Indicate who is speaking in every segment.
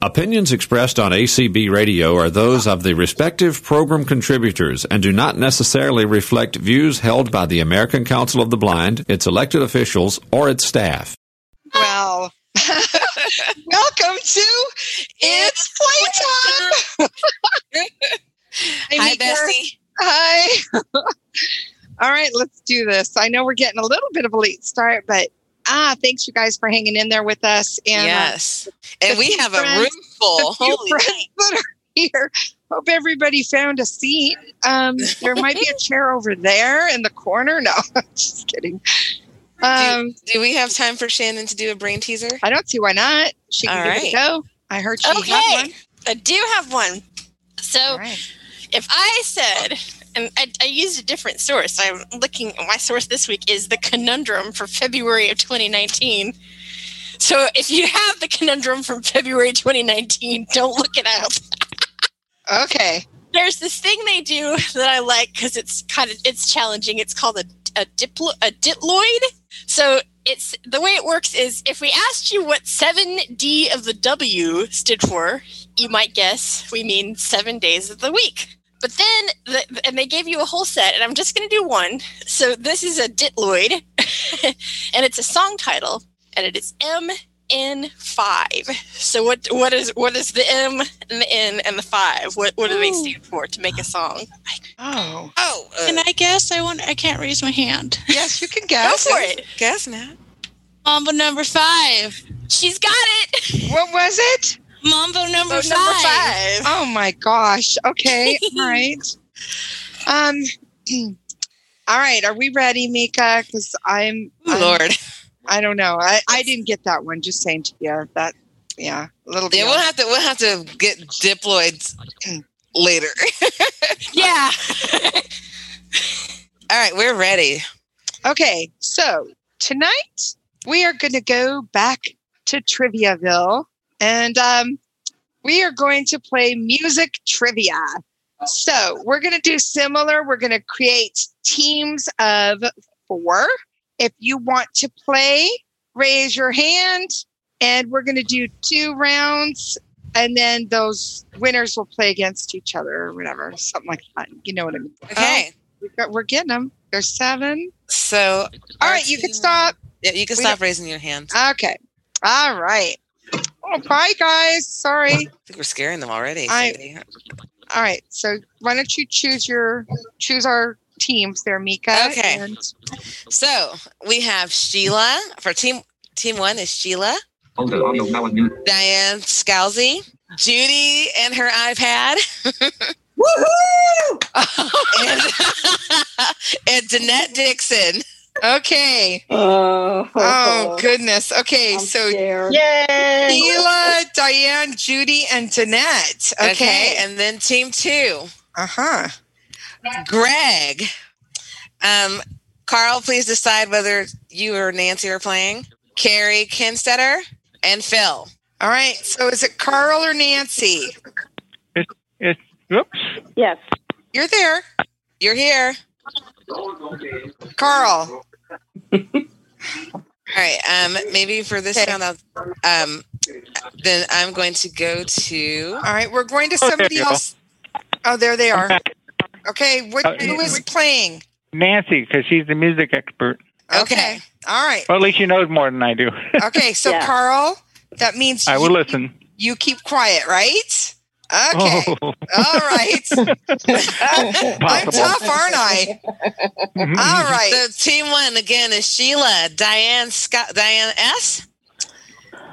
Speaker 1: Opinions expressed on ACB Radio are those of the respective program contributors and do not necessarily reflect views held by the American Council of the Blind, its elected officials, or its staff.
Speaker 2: Wow. Welcome to It's Playtime.
Speaker 3: Hi,
Speaker 2: Meet Girl.
Speaker 3: Bessie.
Speaker 2: Hi. All right, let's do this. I know we're getting a little bit of a late start, but ah, thanks you guys for hanging in there with us. And uh,
Speaker 3: yes.
Speaker 2: the
Speaker 3: And we
Speaker 2: few
Speaker 3: have a
Speaker 2: friends-
Speaker 3: room full.
Speaker 2: the few
Speaker 3: Holy.
Speaker 2: friends that are here. Hope everybody found a seat. Um, there might be a chair over there in the corner. No, just kidding. Um,
Speaker 3: Do we have time for Shannon to do a brain teaser?
Speaker 2: I don't see why not. She can
Speaker 3: All
Speaker 2: give it a
Speaker 3: right.
Speaker 2: go. I heard she had one.
Speaker 4: Okay, I do have one. So
Speaker 2: All right.
Speaker 4: if I said, and I, I used a different source, I'm looking, my source this week is the conundrum for February of 2019. So if you have the conundrum from February 2019, don't look it up.
Speaker 2: Okay.
Speaker 4: There's this thing they do that I like because it's kind of it's challenging. It's called a a, diplo, a diploid. So it's the way it works is if we asked you what seven D of the W stood for, you might guess we mean seven days of the week. But then, the, and they gave you a whole set, and I'm just going to do one. So this is a Ditloid, and it's a song title, and it is M N five. So what what is what is the M and the N and the five? What what do they stand for to make a song?
Speaker 2: Oh,
Speaker 3: Oh, uh,
Speaker 5: Can I guess? I want. I can't raise my hand.
Speaker 2: yes, you can
Speaker 4: Go
Speaker 2: guess.
Speaker 4: for it.
Speaker 3: guess not.
Speaker 5: Mambo number five.
Speaker 4: She's got it.
Speaker 2: What was it?
Speaker 5: Mambo number
Speaker 4: Number
Speaker 5: five.
Speaker 4: five.
Speaker 2: Oh my gosh. Okay. All right. Um. All right. Are we ready, Mika? Because I'm.
Speaker 3: Oh,
Speaker 2: I'm-
Speaker 3: Lord.
Speaker 2: I don't know. I, I didn't get that one. Just saying to you that. Yeah. A little bit.
Speaker 3: Yeah, we'll have to we'll have to get diploids later.
Speaker 4: Yeah.
Speaker 3: All right, we're ready.
Speaker 2: Okay. So tonight we are going to go back to Triviaville, and um, we are going to play music trivia. So we're going to do similar. We're going to create teams of four. If you want to play, raise your hand, and we're going to do two rounds. And then those winners will play against each other or whatever, something like that. You know what I mean?
Speaker 3: Okay.
Speaker 2: We've got- We're getting them. There's seven.
Speaker 3: So
Speaker 2: All
Speaker 3: our
Speaker 2: right, you can
Speaker 3: team-
Speaker 2: stop.
Speaker 3: Yeah, you can
Speaker 2: We
Speaker 3: stop raising your hand. I
Speaker 2: Okay. All right. Oh, bye, guys. Sorry.
Speaker 3: think we're scaring them already.
Speaker 2: I-
Speaker 3: Cindy.
Speaker 2: All right. So why don't you choose your choose our teams there, Mika?
Speaker 3: Okay.
Speaker 2: And
Speaker 3: so we have Sheila for team team one is Sheila,
Speaker 6: Hold the audio now on mute.
Speaker 3: Diane Scalzi, Judy and her iPad. Woohoo! and, and Danette Dixon.
Speaker 2: okay.
Speaker 7: Oh,
Speaker 2: Oh goodness. Okay.
Speaker 7: I'm
Speaker 2: So
Speaker 7: scared.
Speaker 8: Yay!
Speaker 2: Sheila, Diane, Judy, and Danette. Okay.
Speaker 3: Okay. and then team two,
Speaker 2: Uh huh.
Speaker 3: Greg. Um, Carl, please decide whether you or Nancy are playing. Carrie Kinstetter and Phil.
Speaker 2: All right. So is it Carl or Nancy?
Speaker 8: Oops.
Speaker 7: Yes.
Speaker 2: You're there,
Speaker 3: You're here.
Speaker 2: Carl.
Speaker 3: All right. Um, maybe for this
Speaker 2: Okay.
Speaker 3: round, I'll, um, then I'm going to go to.
Speaker 2: All right. We're going to
Speaker 8: Oh, there
Speaker 2: somebody
Speaker 8: you go.
Speaker 2: else. Oh, there they are.
Speaker 8: back.
Speaker 2: Okay. What,
Speaker 8: Uh,
Speaker 2: who is playing?
Speaker 8: Nancy, because she's the music expert.
Speaker 2: Okay. All right.
Speaker 8: Well, at least she knows more than I do.
Speaker 2: Okay. So,
Speaker 7: Yeah.
Speaker 2: Carl, that means
Speaker 8: I will
Speaker 2: you,
Speaker 8: listen.
Speaker 2: you keep quiet, right? Okay.
Speaker 8: Oh,
Speaker 2: All right. I'm
Speaker 8: possible.
Speaker 2: tough, aren't I? All right.
Speaker 3: So team one again is Sheila, Diane Scott, Diane S,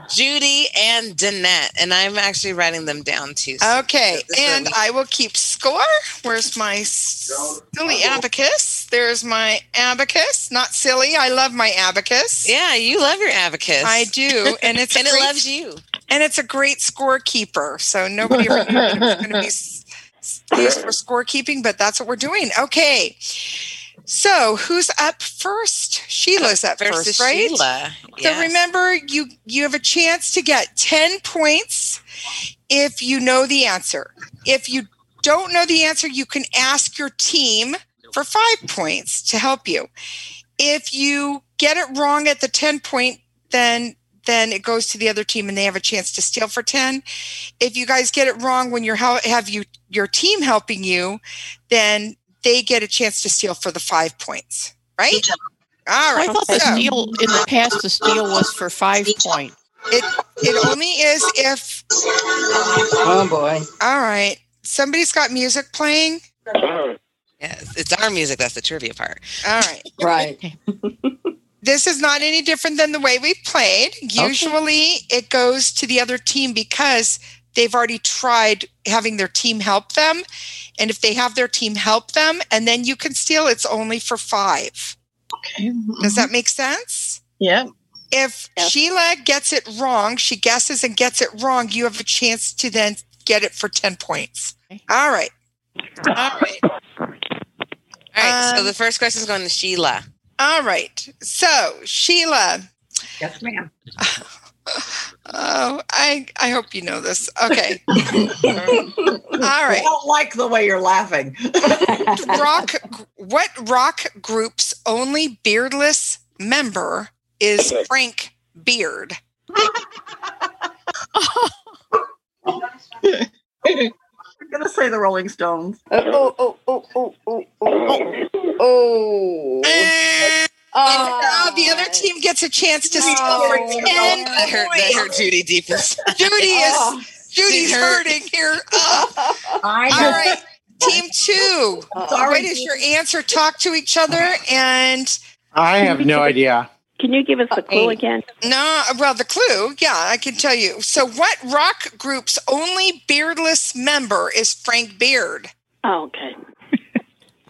Speaker 3: Judy, and Danette, and I'm actually writing them down too. so-
Speaker 2: Okay.
Speaker 3: This is
Speaker 2: And
Speaker 3: what we-
Speaker 2: I will keep score. Where's my s- silly abacus? There's my abacus. Not silly. I love my abacus.
Speaker 3: yeah, you love your abacus.
Speaker 2: I do, and it's a
Speaker 3: and it
Speaker 2: great,
Speaker 3: loves you.
Speaker 2: and it's a great scorekeeper. So nobody ever knew that it was going to be s- s- used for scorekeeping, but that's what we're doing. Okay, so who's up first? Sheila's up
Speaker 3: Versus
Speaker 2: first, right?
Speaker 3: Sheila.
Speaker 2: So
Speaker 3: yes.
Speaker 2: remember, you you have a chance to get ten points if you know the answer. If you don't know the answer, you can ask your team for five points to help you. If you get it wrong at the ten point, then then it goes to the other team and they have a chance to steal for 10. If you guys get it wrong when you're hel- have you your team helping you, then they get a chance to steal for the 5 points, right? All
Speaker 7: I
Speaker 2: right.
Speaker 7: thought the
Speaker 2: So
Speaker 7: steal in the past the steal was for five point.
Speaker 2: it only is if
Speaker 9: Oh boy.
Speaker 2: All right. Somebody's got music playing.
Speaker 3: Yes, it's our music. That's the trivia part.
Speaker 2: All right.
Speaker 9: Right.
Speaker 2: This is not any different than the way we played. Usually it goes to the other team because they've already tried having their team help them. And if they have their team help them and then you can steal, it's only for five. Does that make sense?
Speaker 7: Yeah.
Speaker 2: If
Speaker 7: Yeah.
Speaker 2: Sheila gets it wrong, she guesses and gets it wrong, you have a chance to then get it for 10 points. All right. All right.
Speaker 3: All right. so
Speaker 2: Um,
Speaker 3: the first question is going to Sheila.
Speaker 2: All right. So, Sheila.
Speaker 9: Yes, ma'am.
Speaker 2: Oh, I I hope you know this. Okay. All right.
Speaker 10: don't like the way you're laughing.
Speaker 2: Rock what rock group's only beardless member is Frank Beard?
Speaker 10: I'm gonna say the Rolling Stones.
Speaker 11: Uh,
Speaker 7: Oh, oh, oh, oh, oh, oh, oh.
Speaker 10: Oh,
Speaker 2: now the other team gets a chance to steal
Speaker 7: Oh.
Speaker 2: for 10
Speaker 3: That hurt, that hurt Judy deep inside.
Speaker 2: Judy is Judy's
Speaker 3: It hurt.
Speaker 2: hurting here. Oh,
Speaker 10: Oh, I
Speaker 2: all right. Team 2.
Speaker 10: Sorry.
Speaker 2: What is your answer? Talk to each other and
Speaker 8: I have no idea.
Speaker 12: Can you give us the clue
Speaker 7: Eight.
Speaker 12: again?
Speaker 2: No, well, the clue, yeah, I can tell you. So, what rock group's only beardless member is Frank Beard?
Speaker 12: Oh, okay.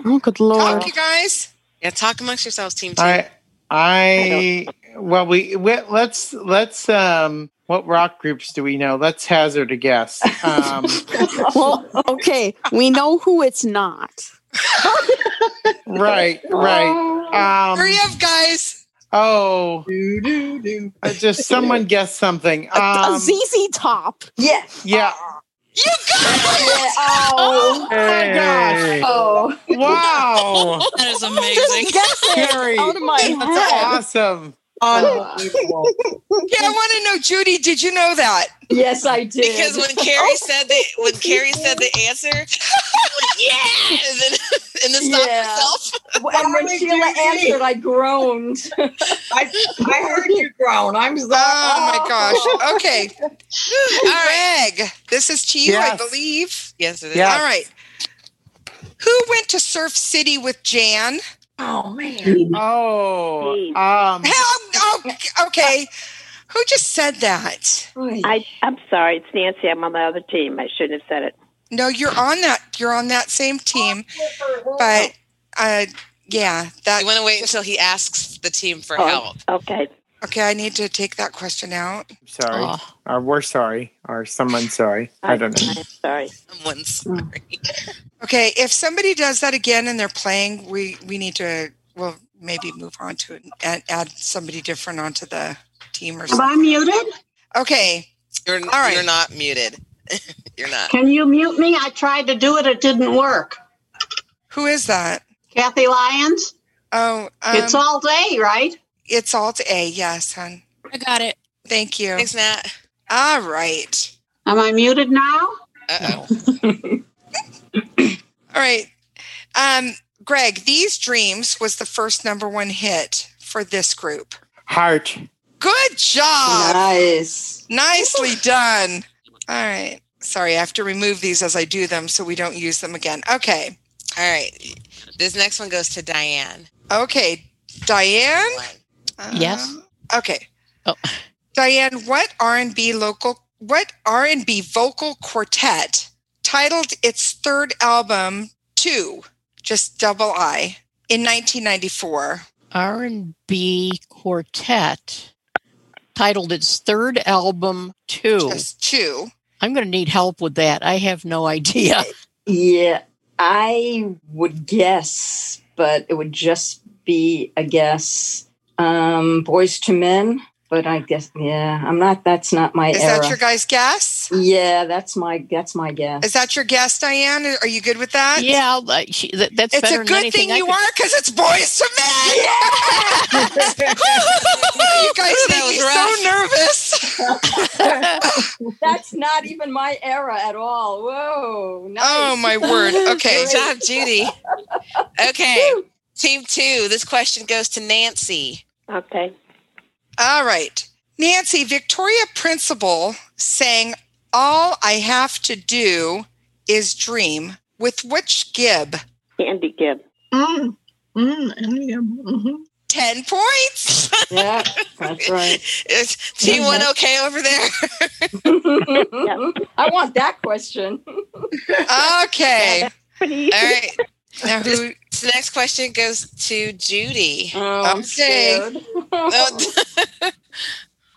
Speaker 7: Oh, good
Speaker 2: Talk,
Speaker 7: lord.
Speaker 2: you guys.
Speaker 3: Yeah, talk amongst yourselves, team two.
Speaker 8: I I well we, we let's let's um what rock groups do we know? Let's hazard a guess. Um,
Speaker 7: Well, okay. We know who it's not.
Speaker 8: right, right. Um,
Speaker 2: Hurry up, guys.
Speaker 8: oh,
Speaker 10: Do, do, do.
Speaker 8: uh, just someone guess something.
Speaker 7: A
Speaker 8: Um,
Speaker 7: ZZ Top.
Speaker 9: Yes.
Speaker 8: yeah.
Speaker 2: You guys.
Speaker 9: Yeah. Oh.
Speaker 8: Oh my gosh!
Speaker 9: Oh.
Speaker 8: Wow,
Speaker 5: That is
Speaker 7: Just
Speaker 5: amazing.
Speaker 7: guess it
Speaker 8: Carrie,
Speaker 2: Oh,
Speaker 7: out of my
Speaker 8: Oh. that's
Speaker 7: head.
Speaker 8: awesome.
Speaker 10: Unbelievable.
Speaker 2: Yeah, I want to know, Judy, did you know that?
Speaker 9: Yes, I did. Oh.
Speaker 3: Because when Carrie said the when Carrie said the answer, she was like, yeah, and then, and then stopped
Speaker 9: Yeah.
Speaker 3: herself.
Speaker 9: and when Sheila answered, I groaned.
Speaker 10: I, I heard you groan. I'm sorry.
Speaker 2: Oh, my gosh. Okay. Greg, this is to you, I
Speaker 8: Yes.
Speaker 2: believe.
Speaker 3: Yes, it is.
Speaker 8: Yeah.
Speaker 2: All right. Who went to Surf City with Jan?
Speaker 10: Oh man.
Speaker 8: Oh, um,
Speaker 2: Hell, oh, okay. Who just said that?
Speaker 12: I, I'm sorry. It's Nancy. I'm on the other team. I shouldn't have said it.
Speaker 2: No, you're on that. You're on that same team, but uh, yeah, that.
Speaker 3: You want to wait until he asks the team for
Speaker 12: Oh.
Speaker 3: help.
Speaker 12: Okay.
Speaker 2: Okay, I need to take that question out.
Speaker 8: sorry,
Speaker 7: Oh.
Speaker 8: or we're sorry, or someone's sorry. I don't know.
Speaker 12: I'm sorry.
Speaker 3: Someone's sorry.
Speaker 2: Okay, if somebody does that again and they're playing, we we need to. We'll maybe move on to it and add somebody different onto the team or
Speaker 13: Am I
Speaker 2: something.
Speaker 13: muted?
Speaker 2: Okay,
Speaker 3: You're
Speaker 2: right.
Speaker 3: you're not muted. you're not.
Speaker 13: Can you mute me? I tried to do it. It didn't work.
Speaker 2: who is that?
Speaker 13: Kathy Lyons?
Speaker 2: Oh, um,
Speaker 13: it's all day, right?
Speaker 2: it's Alt A. Yes, hon.
Speaker 5: I got it.
Speaker 2: Thank you.
Speaker 3: Thanks, Nat.
Speaker 2: All right.
Speaker 13: Am I muted now?
Speaker 3: Uh
Speaker 2: All right. Um, Greg, These Dreams was the first number one hit for this group.
Speaker 8: Heart.
Speaker 2: Good job.
Speaker 9: Nice.
Speaker 2: Nicely done. All right. Sorry, I have to remove these as I do them so we don't use them again. Okay.
Speaker 3: oh. All right. This next one goes to Diane.
Speaker 2: Okay. Diane? Uh,
Speaker 7: Yes.
Speaker 2: Okay.
Speaker 7: Oh.
Speaker 2: Diane, what R&B local what R&B vocal quartet titled its third album 2 just double I in 1994?
Speaker 7: R and B quartet titled its third album two.
Speaker 2: Just 2.
Speaker 7: I'm going to need help with that. I have no idea.
Speaker 9: Yeah. I would guess, but it would just be a guess. Um, boys to men, but I guess yeah, I'm not. That's not my
Speaker 2: Is
Speaker 9: era.
Speaker 2: that your guys' guess?
Speaker 9: Yeah, that's my that's my guess.
Speaker 2: Is that your guess, Diane? Are you good with that?
Speaker 14: Yeah, I'll, uh, she, that, that's
Speaker 2: it's
Speaker 14: better
Speaker 2: a
Speaker 14: than
Speaker 2: good
Speaker 14: anything
Speaker 2: thing
Speaker 14: I
Speaker 2: you
Speaker 14: could-
Speaker 2: are because it's boys to men. you guys
Speaker 9: That was
Speaker 2: make me
Speaker 9: rough.
Speaker 2: so nervous.
Speaker 9: That's not even my era at all. Whoa. nice.
Speaker 3: Oh my word.
Speaker 9: Great.
Speaker 3: Okay. Good job, Judy. Okay. Team two. This question goes to Nancy.
Speaker 12: Okay.
Speaker 2: All right. Nancy, Victoria Principal sang All I Have to Do is Dream with which Gibb?
Speaker 12: Andy Gibb.
Speaker 10: Mm, mm, mm-hmm.
Speaker 2: 10 points.
Speaker 9: Yeah, that's right.
Speaker 3: Is team one okay over there?
Speaker 9: I want that question.
Speaker 2: Okay.
Speaker 3: All right. Now, who, this next question goes to Judy.
Speaker 9: Oh, I'm scared.
Speaker 2: Uh,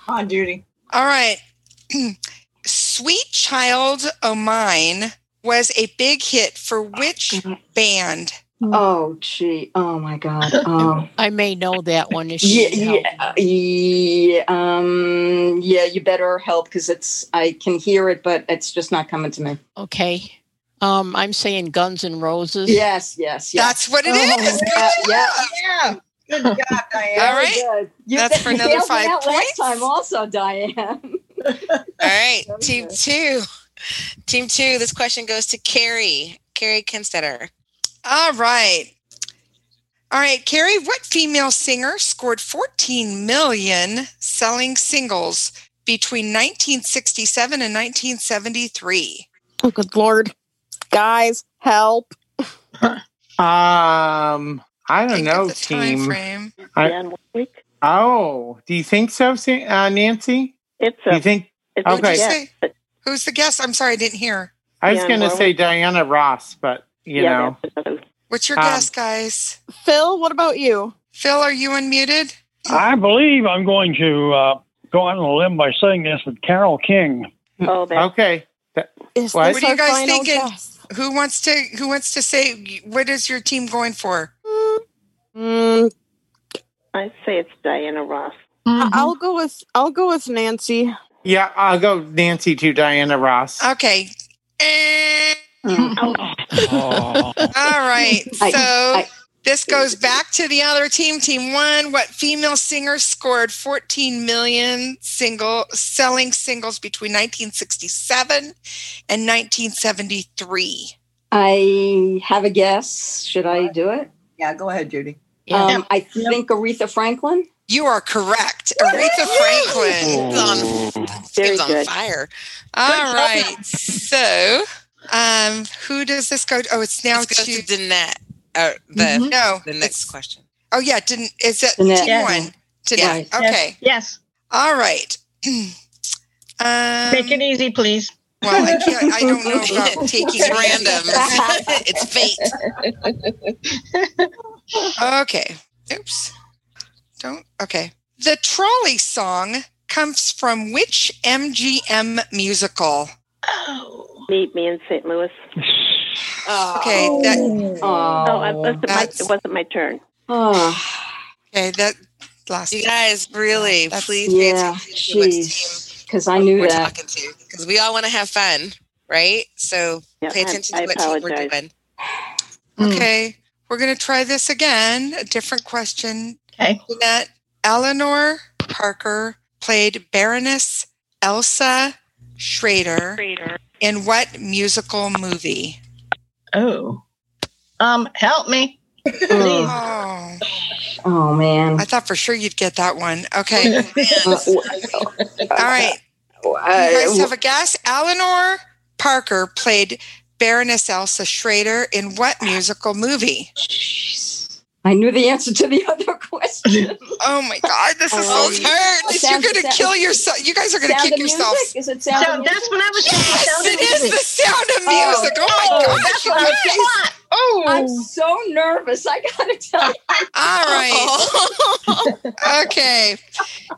Speaker 10: On duty.
Speaker 2: All right. Sweet Child O' Mine was a big hit for which band?
Speaker 9: Oh gee. Oh my god. Um
Speaker 14: I may know that one. Is
Speaker 9: yeah,
Speaker 14: she help?
Speaker 9: yeah, yeah, uh, um, yeah, you better help because it's I can hear it, but it's just not coming to me.
Speaker 14: Okay. Um, I'm saying Guns and Roses.
Speaker 9: Yes, yes, yes.
Speaker 2: That's what it is.
Speaker 9: Oh, yeah,
Speaker 10: Yeah.
Speaker 9: yeah.
Speaker 10: Good job, Diane.
Speaker 2: All right.
Speaker 9: Good. You
Speaker 2: That's
Speaker 9: bet-
Speaker 2: for
Speaker 9: you
Speaker 2: another
Speaker 9: bailed me
Speaker 2: five
Speaker 9: out
Speaker 2: points.
Speaker 9: Last time also, Diane.
Speaker 3: All right. Team two. Team two. This question goes to Carrie. Carrie Kinstetter.
Speaker 2: All right. All right, Carrie, what female singer scored 14 million selling singles between 1967 and 1973?
Speaker 14: Oh, good lord, guys, help!
Speaker 8: Um, I don't know,
Speaker 2: Time
Speaker 8: team.
Speaker 2: frame.
Speaker 8: I-
Speaker 12: Dan Wick.
Speaker 8: Oh, do you think so, Sa- uh, Nancy?
Speaker 12: It's
Speaker 8: Do
Speaker 12: a.
Speaker 8: you think?
Speaker 12: it's a
Speaker 8: Okay,
Speaker 2: What'd you
Speaker 12: guess,
Speaker 2: say?
Speaker 12: but-
Speaker 2: Who's the guest? I'm sorry, I didn't hear.
Speaker 8: I was
Speaker 12: Yeah,
Speaker 8: going to
Speaker 12: Norwood.
Speaker 8: say Diana Ross, but you
Speaker 12: yeah,
Speaker 8: know,
Speaker 12: that's another-
Speaker 2: What's your
Speaker 8: Um,
Speaker 2: guess, guys?
Speaker 14: Phil, what about you?
Speaker 2: Phil, are you unmuted?
Speaker 15: I believe I'm going to uh, go out on a limb by saying this with Carol King.
Speaker 12: Oh, that,
Speaker 8: okay. That-
Speaker 14: Is
Speaker 8: What?
Speaker 14: this
Speaker 2: What are you
Speaker 14: our
Speaker 2: guys
Speaker 14: final
Speaker 2: thinking?
Speaker 14: guess?
Speaker 2: Who wants to who wants to say what is your team going for?
Speaker 16: Mm,
Speaker 12: I'd say it's Diana Ross.
Speaker 13: Mm-hmm.
Speaker 16: I- I'll go with I'll go with Nancy.
Speaker 8: yeah, I'll go Nancy to Diana Ross.
Speaker 2: Okay. Eh,
Speaker 15: Oh,
Speaker 2: All right. So
Speaker 9: I- I-
Speaker 2: this goes back to the other team, team 1, what female singer scored 14 million single selling singles between 1967 and 1973?
Speaker 9: I have a guess. Should I do it?
Speaker 10: Yeah, go ahead, Judy.
Speaker 14: Yeah.
Speaker 9: Um, I think Aretha Franklin.
Speaker 2: You are correct. Aretha Franklin.
Speaker 12: Very
Speaker 3: Gibbs on
Speaker 12: good.
Speaker 3: fire.
Speaker 2: All right. So, um, who does this go to? Oh, it's now
Speaker 3: This goes
Speaker 2: to
Speaker 3: to Danette. Uh, the
Speaker 2: no.
Speaker 3: the next question.
Speaker 2: Oh yeah, didn't is it
Speaker 9: Danette.
Speaker 2: team
Speaker 9: Yeah.
Speaker 2: one?
Speaker 9: Yeah.
Speaker 2: Danette.
Speaker 9: Right.
Speaker 2: Okay.
Speaker 13: Yes.
Speaker 2: All right. Um,
Speaker 13: Take it easy, please.
Speaker 2: well, I can't. I don't know about taking
Speaker 3: It's random. It's, it's fate.
Speaker 2: Okay. Oops. Don't. Okay. The trolley song comes from which MGM musical?
Speaker 13: Oh.
Speaker 12: Meet me in St. Louis.
Speaker 2: Okay. That.
Speaker 9: Oh,
Speaker 12: Oh, I, wasn't my,
Speaker 2: That's-
Speaker 12: it wasn't my turn.
Speaker 9: oh,
Speaker 13: Ah.
Speaker 2: Okay. That. Last.
Speaker 3: You guys, really,
Speaker 2: That's-
Speaker 3: please pay
Speaker 9: yeah,
Speaker 3: attention to what team
Speaker 9: jeez, because I knew
Speaker 3: we're
Speaker 9: that.
Speaker 3: talking to because we all want to have fun, right? So
Speaker 12: Yeah,
Speaker 3: pay
Speaker 12: I-
Speaker 3: attention
Speaker 12: I
Speaker 3: to what team we're
Speaker 12: apologize.
Speaker 3: doing.
Speaker 13: Mm.
Speaker 2: Okay. We're gonna try this again. A different question.
Speaker 13: Okay.
Speaker 2: Jeanette Eleanor Parker played Baroness Elsa Schrader in what musical movie?
Speaker 13: Oh. Um, help me. Please.
Speaker 2: Oh,
Speaker 9: Oh man.
Speaker 2: I thought for sure you'd get that one. Okay.
Speaker 9: Uh, w-
Speaker 2: All right. You guys
Speaker 9: uh,
Speaker 2: have a guess? Eleanor Parker played Baroness Elsa Schrader in what musical movie?
Speaker 9: jeez. I knew the answer to the other question.
Speaker 2: Oh my God, this is so
Speaker 9: Oh,
Speaker 2: hurt. You're
Speaker 9: Sound-
Speaker 2: going to
Speaker 9: sound-
Speaker 2: kill yourself. You guys are going to
Speaker 9: sound
Speaker 2: kick
Speaker 9: of
Speaker 2: yourselves.
Speaker 9: music? Is it
Speaker 13: So
Speaker 9: sound? of
Speaker 13: that's
Speaker 9: music?
Speaker 13: what I was thinking. Sound of
Speaker 2: Yes, it is the
Speaker 13: music.
Speaker 2: sound of
Speaker 9: Oh.
Speaker 2: music. Oh, my
Speaker 9: Oh,
Speaker 2: God.
Speaker 9: that's what I was
Speaker 10: Oh,
Speaker 9: I'm so nervous. I gotta tell you.
Speaker 2: All right.
Speaker 9: Oh.
Speaker 2: okay.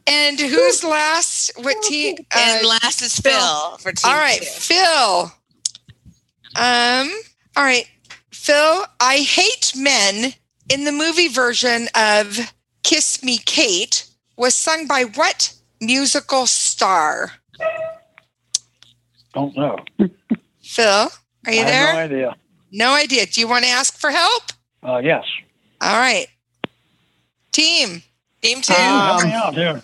Speaker 2: And who's last? What team? Uh,
Speaker 3: and last is Phil for team.
Speaker 2: all right,
Speaker 3: two.
Speaker 2: Phil. Um. All right, Phil. I hate men in the movie version of "Kiss Me, Kate" was sung by what musical star?
Speaker 15: Don't know.
Speaker 2: Phil, are you
Speaker 15: I
Speaker 2: there?
Speaker 15: have no idea.
Speaker 2: No idea. Do you want to ask for help?
Speaker 15: Uh, yes.
Speaker 2: All right. Team. Team two.
Speaker 15: Help me out here.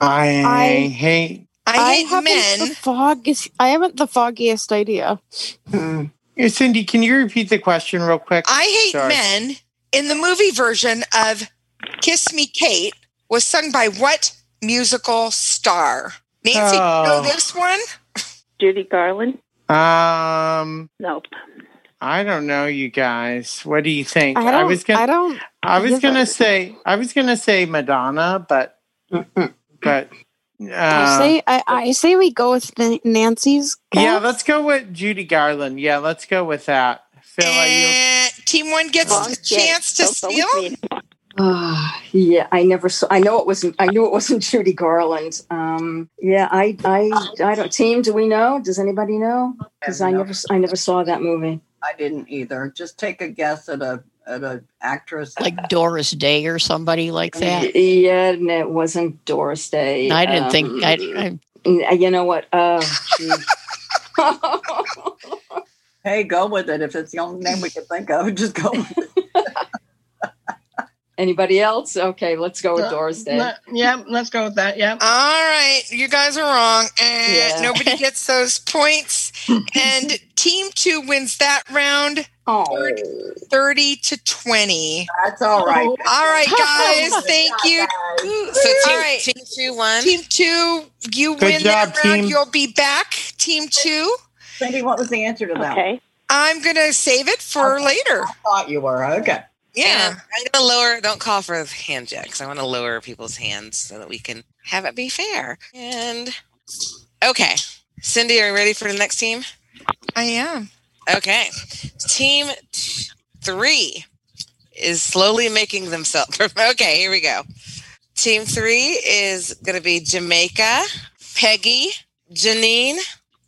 Speaker 8: I,
Speaker 16: I-
Speaker 8: hate.
Speaker 2: I hate
Speaker 16: haven't
Speaker 2: men.
Speaker 16: The foggiest, I haven't the foggiest idea.
Speaker 8: Hey, hmm. Cindy, can you repeat the question real quick?
Speaker 2: I hate
Speaker 8: Sorry.
Speaker 2: men in the movie version of Kiss Me Kate was sung by what musical star? Nancy, you know
Speaker 8: Oh.
Speaker 2: this one?
Speaker 12: Judy Garland?
Speaker 8: Um,
Speaker 12: No.
Speaker 8: I don't know, you guys. What do you think?
Speaker 16: I don't. I,
Speaker 8: was gonna. I,
Speaker 16: don't.
Speaker 8: was
Speaker 16: give
Speaker 8: gonna
Speaker 16: a-
Speaker 8: say. I was gonna say Madonna, but but
Speaker 16: I
Speaker 8: uh,
Speaker 16: say. I, I say we go with N- Nancy's.
Speaker 8: yeah. Let's go with Judy Garland. Yeah, let's go with that. Phil, are you?
Speaker 2: Uh, team one gets a chance to steal.
Speaker 9: Ah, yeah, I never saw. I know it wasn't. I knew it wasn't Judy Garland. Um, yeah, I, I, I don't. Team, do we know? Does anybody know? Because I never, I never saw that movie.
Speaker 10: I didn't either. Just take a guess at a at a actress.
Speaker 14: Like Doris Day or somebody like that.
Speaker 9: Yeah, and it wasn't Doris Day.
Speaker 14: I didn't think. I, I,
Speaker 9: Um, n- you know what? Oh, gee.
Speaker 10: hey, go with it. If it's the only name we can think of, just go. With it.
Speaker 9: anybody else? Okay, let's go
Speaker 10: Uh,
Speaker 9: with Doris Day.
Speaker 13: Le- yeah, let's go with that. Yeah.
Speaker 2: All right, you guys are wrong, and
Speaker 9: Yeah.
Speaker 2: nobody gets those points. and team two wins that round, third- thirty to twenty.
Speaker 10: Oh. That's all right.
Speaker 2: Oh,
Speaker 13: Oh.
Speaker 2: All right, guys, thank you.
Speaker 3: So team,
Speaker 2: All right.
Speaker 3: team two won.
Speaker 2: Team two, you
Speaker 8: Good
Speaker 2: win that
Speaker 8: job,
Speaker 2: round.
Speaker 8: team.
Speaker 2: You'll be back. Team two,
Speaker 10: Cindy, what was the answer to that?
Speaker 12: Okay.
Speaker 2: I'm gonna save it for later.
Speaker 10: I thought you were okay.
Speaker 2: Yeah.
Speaker 3: Um, I'm gonna lower. Don't call for hand jacks. I want to lower people's hands so that we can have it be fair. And okay, Cindy, are you ready for the next team?
Speaker 2: I am.
Speaker 3: Okay, team t- three is slowly making themselves. Okay, here we go. Team three is gonna be Jamaica, Peggy, Janine,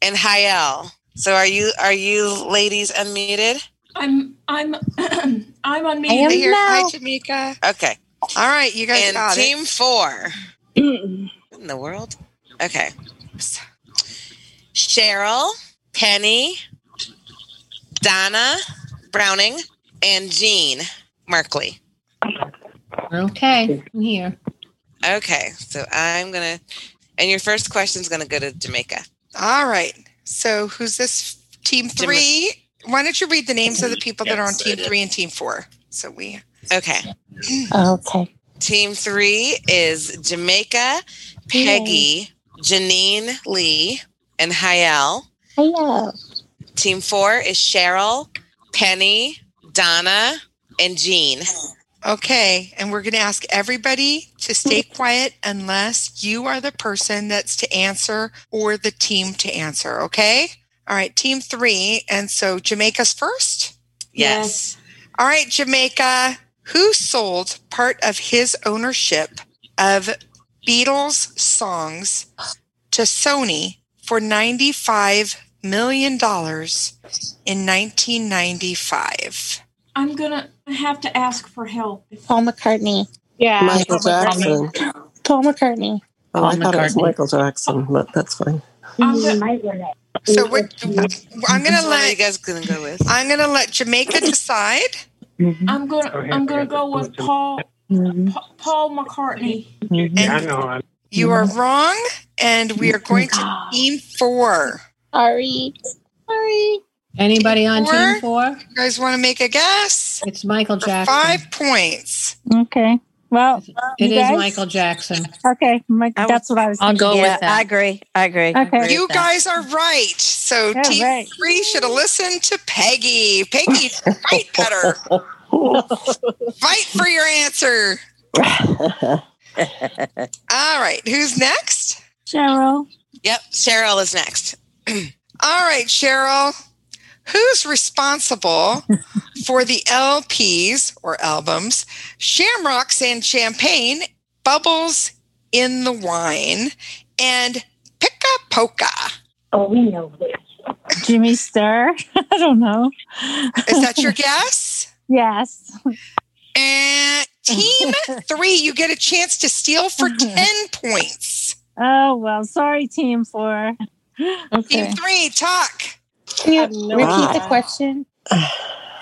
Speaker 3: and Hayel. So are you are you ladies unmuted?
Speaker 17: I'm I'm I'm on
Speaker 3: I am
Speaker 17: me.
Speaker 3: Here. now.
Speaker 2: Hi, Jamaica.
Speaker 3: Okay.
Speaker 2: All right, you guys
Speaker 3: and
Speaker 2: got it.
Speaker 3: team four. What in the world? Okay. Cheryl, Penny, Donna Browning, and Jean Markley.
Speaker 13: Okay, I'm here.
Speaker 3: Okay, so I'm gonna, and your first question's gonna go to Jamaica.
Speaker 2: All right. So who's this team three? Why don't you read the names of the people that are on team three and team four? So we
Speaker 3: Okay.
Speaker 14: okay.
Speaker 3: Team three is Jamaica, Peggy, Janine Lee, and Hayel.
Speaker 18: Oh,
Speaker 14: Hello.
Speaker 3: Team four is Cheryl, Penny, Donna, and Jean.
Speaker 2: okay, and we're going to ask everybody to stay quiet unless you are the person that's to answer or the team to answer. Okay. All right, team three, and so Jamaica's first.
Speaker 3: Yes.
Speaker 2: All right, Jamaica, who sold part of his ownership of Beatles songs to Sony for $95 million in 1995?
Speaker 17: I'm gonna have to ask for help.
Speaker 13: Paul McCartney.
Speaker 17: Yeah.
Speaker 11: Michael Jackson.
Speaker 13: Paul McCartney.
Speaker 11: Oh, I thought it was Michael Jackson, but that's fine.
Speaker 2: Mm-hmm. So we're,
Speaker 3: Which
Speaker 2: I'm gonna
Speaker 3: one are you
Speaker 2: let
Speaker 3: guys gonna go with?
Speaker 2: I'm gonna let Jamaica decide.
Speaker 19: Mm-hmm.
Speaker 17: I'm gonna I'm gonna go with Paul Pa- Paul McCartney.
Speaker 2: And you are wrong, and we are going to
Speaker 19: Mm-hmm.
Speaker 2: team four.
Speaker 13: Sorry. Sorry.
Speaker 19: Anybody on
Speaker 2: Four?
Speaker 19: team four?
Speaker 2: You guys want to make a guess?
Speaker 19: It's Michael
Speaker 2: For
Speaker 19: Jackson.
Speaker 2: five points.
Speaker 18: Okay. Well,
Speaker 19: It
Speaker 18: you
Speaker 19: is
Speaker 18: guys-
Speaker 19: Michael Jackson.
Speaker 18: Okay, Mike, that's what I was.
Speaker 19: I'll
Speaker 18: thinking.
Speaker 19: go with
Speaker 18: yeah,
Speaker 19: that.
Speaker 18: I agree. I agree.
Speaker 19: Okay.
Speaker 2: You guys are right. So
Speaker 18: Yeah,
Speaker 2: team
Speaker 18: right.
Speaker 2: three should have listened to Peggy. Peggy, fight better. fight for your answer. All right. Who's next?
Speaker 18: Cheryl.
Speaker 3: Yep, Cheryl is next.
Speaker 2: All right, Cheryl. Who's responsible for the LPs or albums, Shamrocks and Champagne, Bubbles in the Wine, and Picka Polka?
Speaker 18: Oh, we know this. Jimmy Star. I don't know.
Speaker 2: Is that your guess?
Speaker 18: Yes.
Speaker 2: And team three, you get a chance to steal for 10 points.
Speaker 18: Oh well. Sorry, Team Four.
Speaker 2: Team three, talk.
Speaker 18: Can you repeat the question?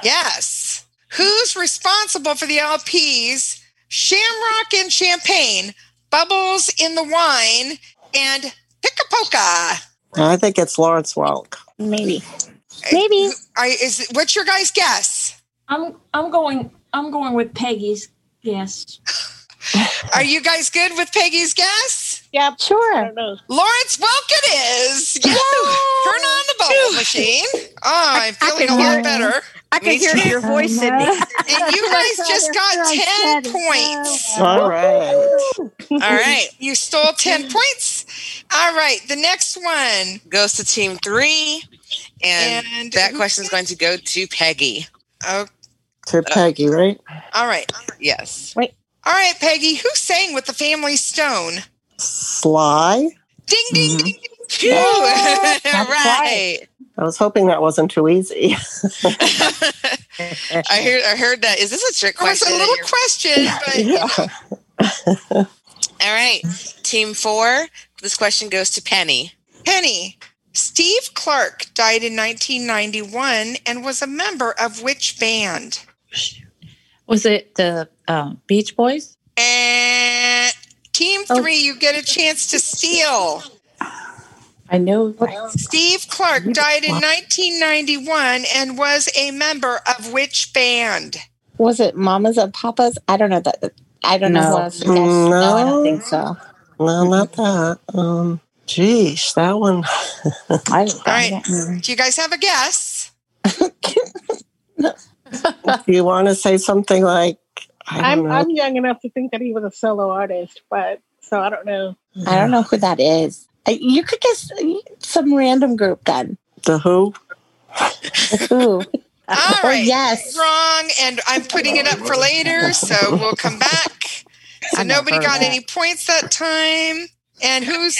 Speaker 2: Yes. Who's responsible for the LPs? Shamrock in champagne, bubbles in the wine, and Picapoca.
Speaker 11: I think it's Lawrence Welk.
Speaker 18: Maybe.
Speaker 2: Maybe. I, is what's your guys' guess?
Speaker 20: I'm I'm going I'm going with Peggy's guess.
Speaker 2: Are you guys good with Peggy's guess?
Speaker 18: Yeah, sure.
Speaker 2: Lawrence Welk it is. Yeah. Turn on the bubble machine. Oh, I'm feeling a
Speaker 3: can hear
Speaker 2: lot
Speaker 3: it.
Speaker 2: better.
Speaker 3: I can
Speaker 2: Me
Speaker 3: hear
Speaker 2: too.
Speaker 3: your voice, Sydney.
Speaker 2: And you guys just got 10 points.
Speaker 11: All right.
Speaker 2: All right. You stole 10 points. All right. The next one goes to team three. And, that question is going to go to Peggy. Oh,
Speaker 11: To Peggy, right?
Speaker 2: all right. Yes.
Speaker 18: Wait.
Speaker 2: All right, Peggy. Who sang with the Family Stone?
Speaker 11: Sly.
Speaker 2: Ding, ding, ding. Phew.
Speaker 11: Yeah,
Speaker 2: All
Speaker 11: that's
Speaker 2: right.
Speaker 11: I was hoping that wasn't too easy.
Speaker 2: I heard. I heard that. Is this a trick question? It's a little question, but
Speaker 11: yeah.
Speaker 2: All right. Team four. This question goes to Penny. Penny, Steve Clark died in 1991 and was a member of which band?
Speaker 18: Was it the um, Beach Boys?
Speaker 2: And Eh, team three, you get a chance to steal.
Speaker 18: I know.
Speaker 2: Steve Clark died in 1991 and was a member of which band?
Speaker 21: Was it Mamas and Papas? I don't know that. I don't know.
Speaker 11: No.
Speaker 21: What no.
Speaker 11: No.
Speaker 21: I don't think so.
Speaker 11: No, not that. Um, geez, that one.
Speaker 18: I,
Speaker 2: All right. Do you guys have a guess?
Speaker 11: Do you want to say something like, I
Speaker 3: I'm
Speaker 11: don't
Speaker 3: I'm
Speaker 11: know.
Speaker 3: young enough to think that he was a solo artist, but so I don't know.
Speaker 21: I don't know who that is. I, you could guess uh, some random group then.
Speaker 11: The Who?
Speaker 21: Ooh.
Speaker 2: All right.
Speaker 21: Oh, yes.
Speaker 2: Wrong. And I'm putting it up for later, so we'll come back. So nobody got any points that time. And who's.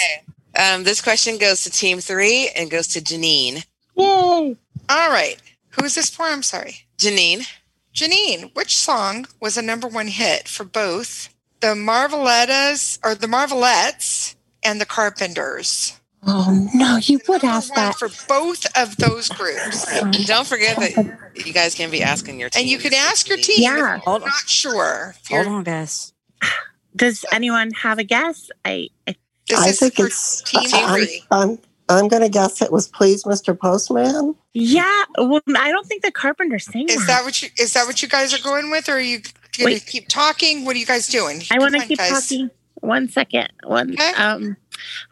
Speaker 2: Um, this question goes to team three and goes to Janine.
Speaker 21: Yay.
Speaker 2: All right. Who is this for? I'm sorry. Janine. Janine, which song was a number one hit for both the Marvelettes or the Marvelettes and the Carpenters?
Speaker 21: Oh no, you would ask
Speaker 2: One
Speaker 21: that.
Speaker 2: for both of those groups.
Speaker 21: And
Speaker 2: don't forget that you guys can be asking your team. And you can ask your team.
Speaker 18: Yeah.
Speaker 2: if you're not sure. If you're-
Speaker 18: Hold on, guys. Does anyone have a guess? I, I
Speaker 2: This
Speaker 11: I
Speaker 2: is
Speaker 11: think
Speaker 2: for
Speaker 11: it's.
Speaker 2: team
Speaker 11: I'm,
Speaker 2: three.
Speaker 11: I'm, I'm going to guess it was Please, Mr. Postman.
Speaker 18: yeah. Well, I don't think the Carpenter sang
Speaker 2: Is that what you is that what you guys are going with? Or are you gonna
Speaker 18: Wait.
Speaker 2: keep talking? What are you guys doing?
Speaker 18: I want
Speaker 2: Come
Speaker 18: to
Speaker 2: on,
Speaker 18: keep
Speaker 2: guys.
Speaker 18: talking. One second. One. Um,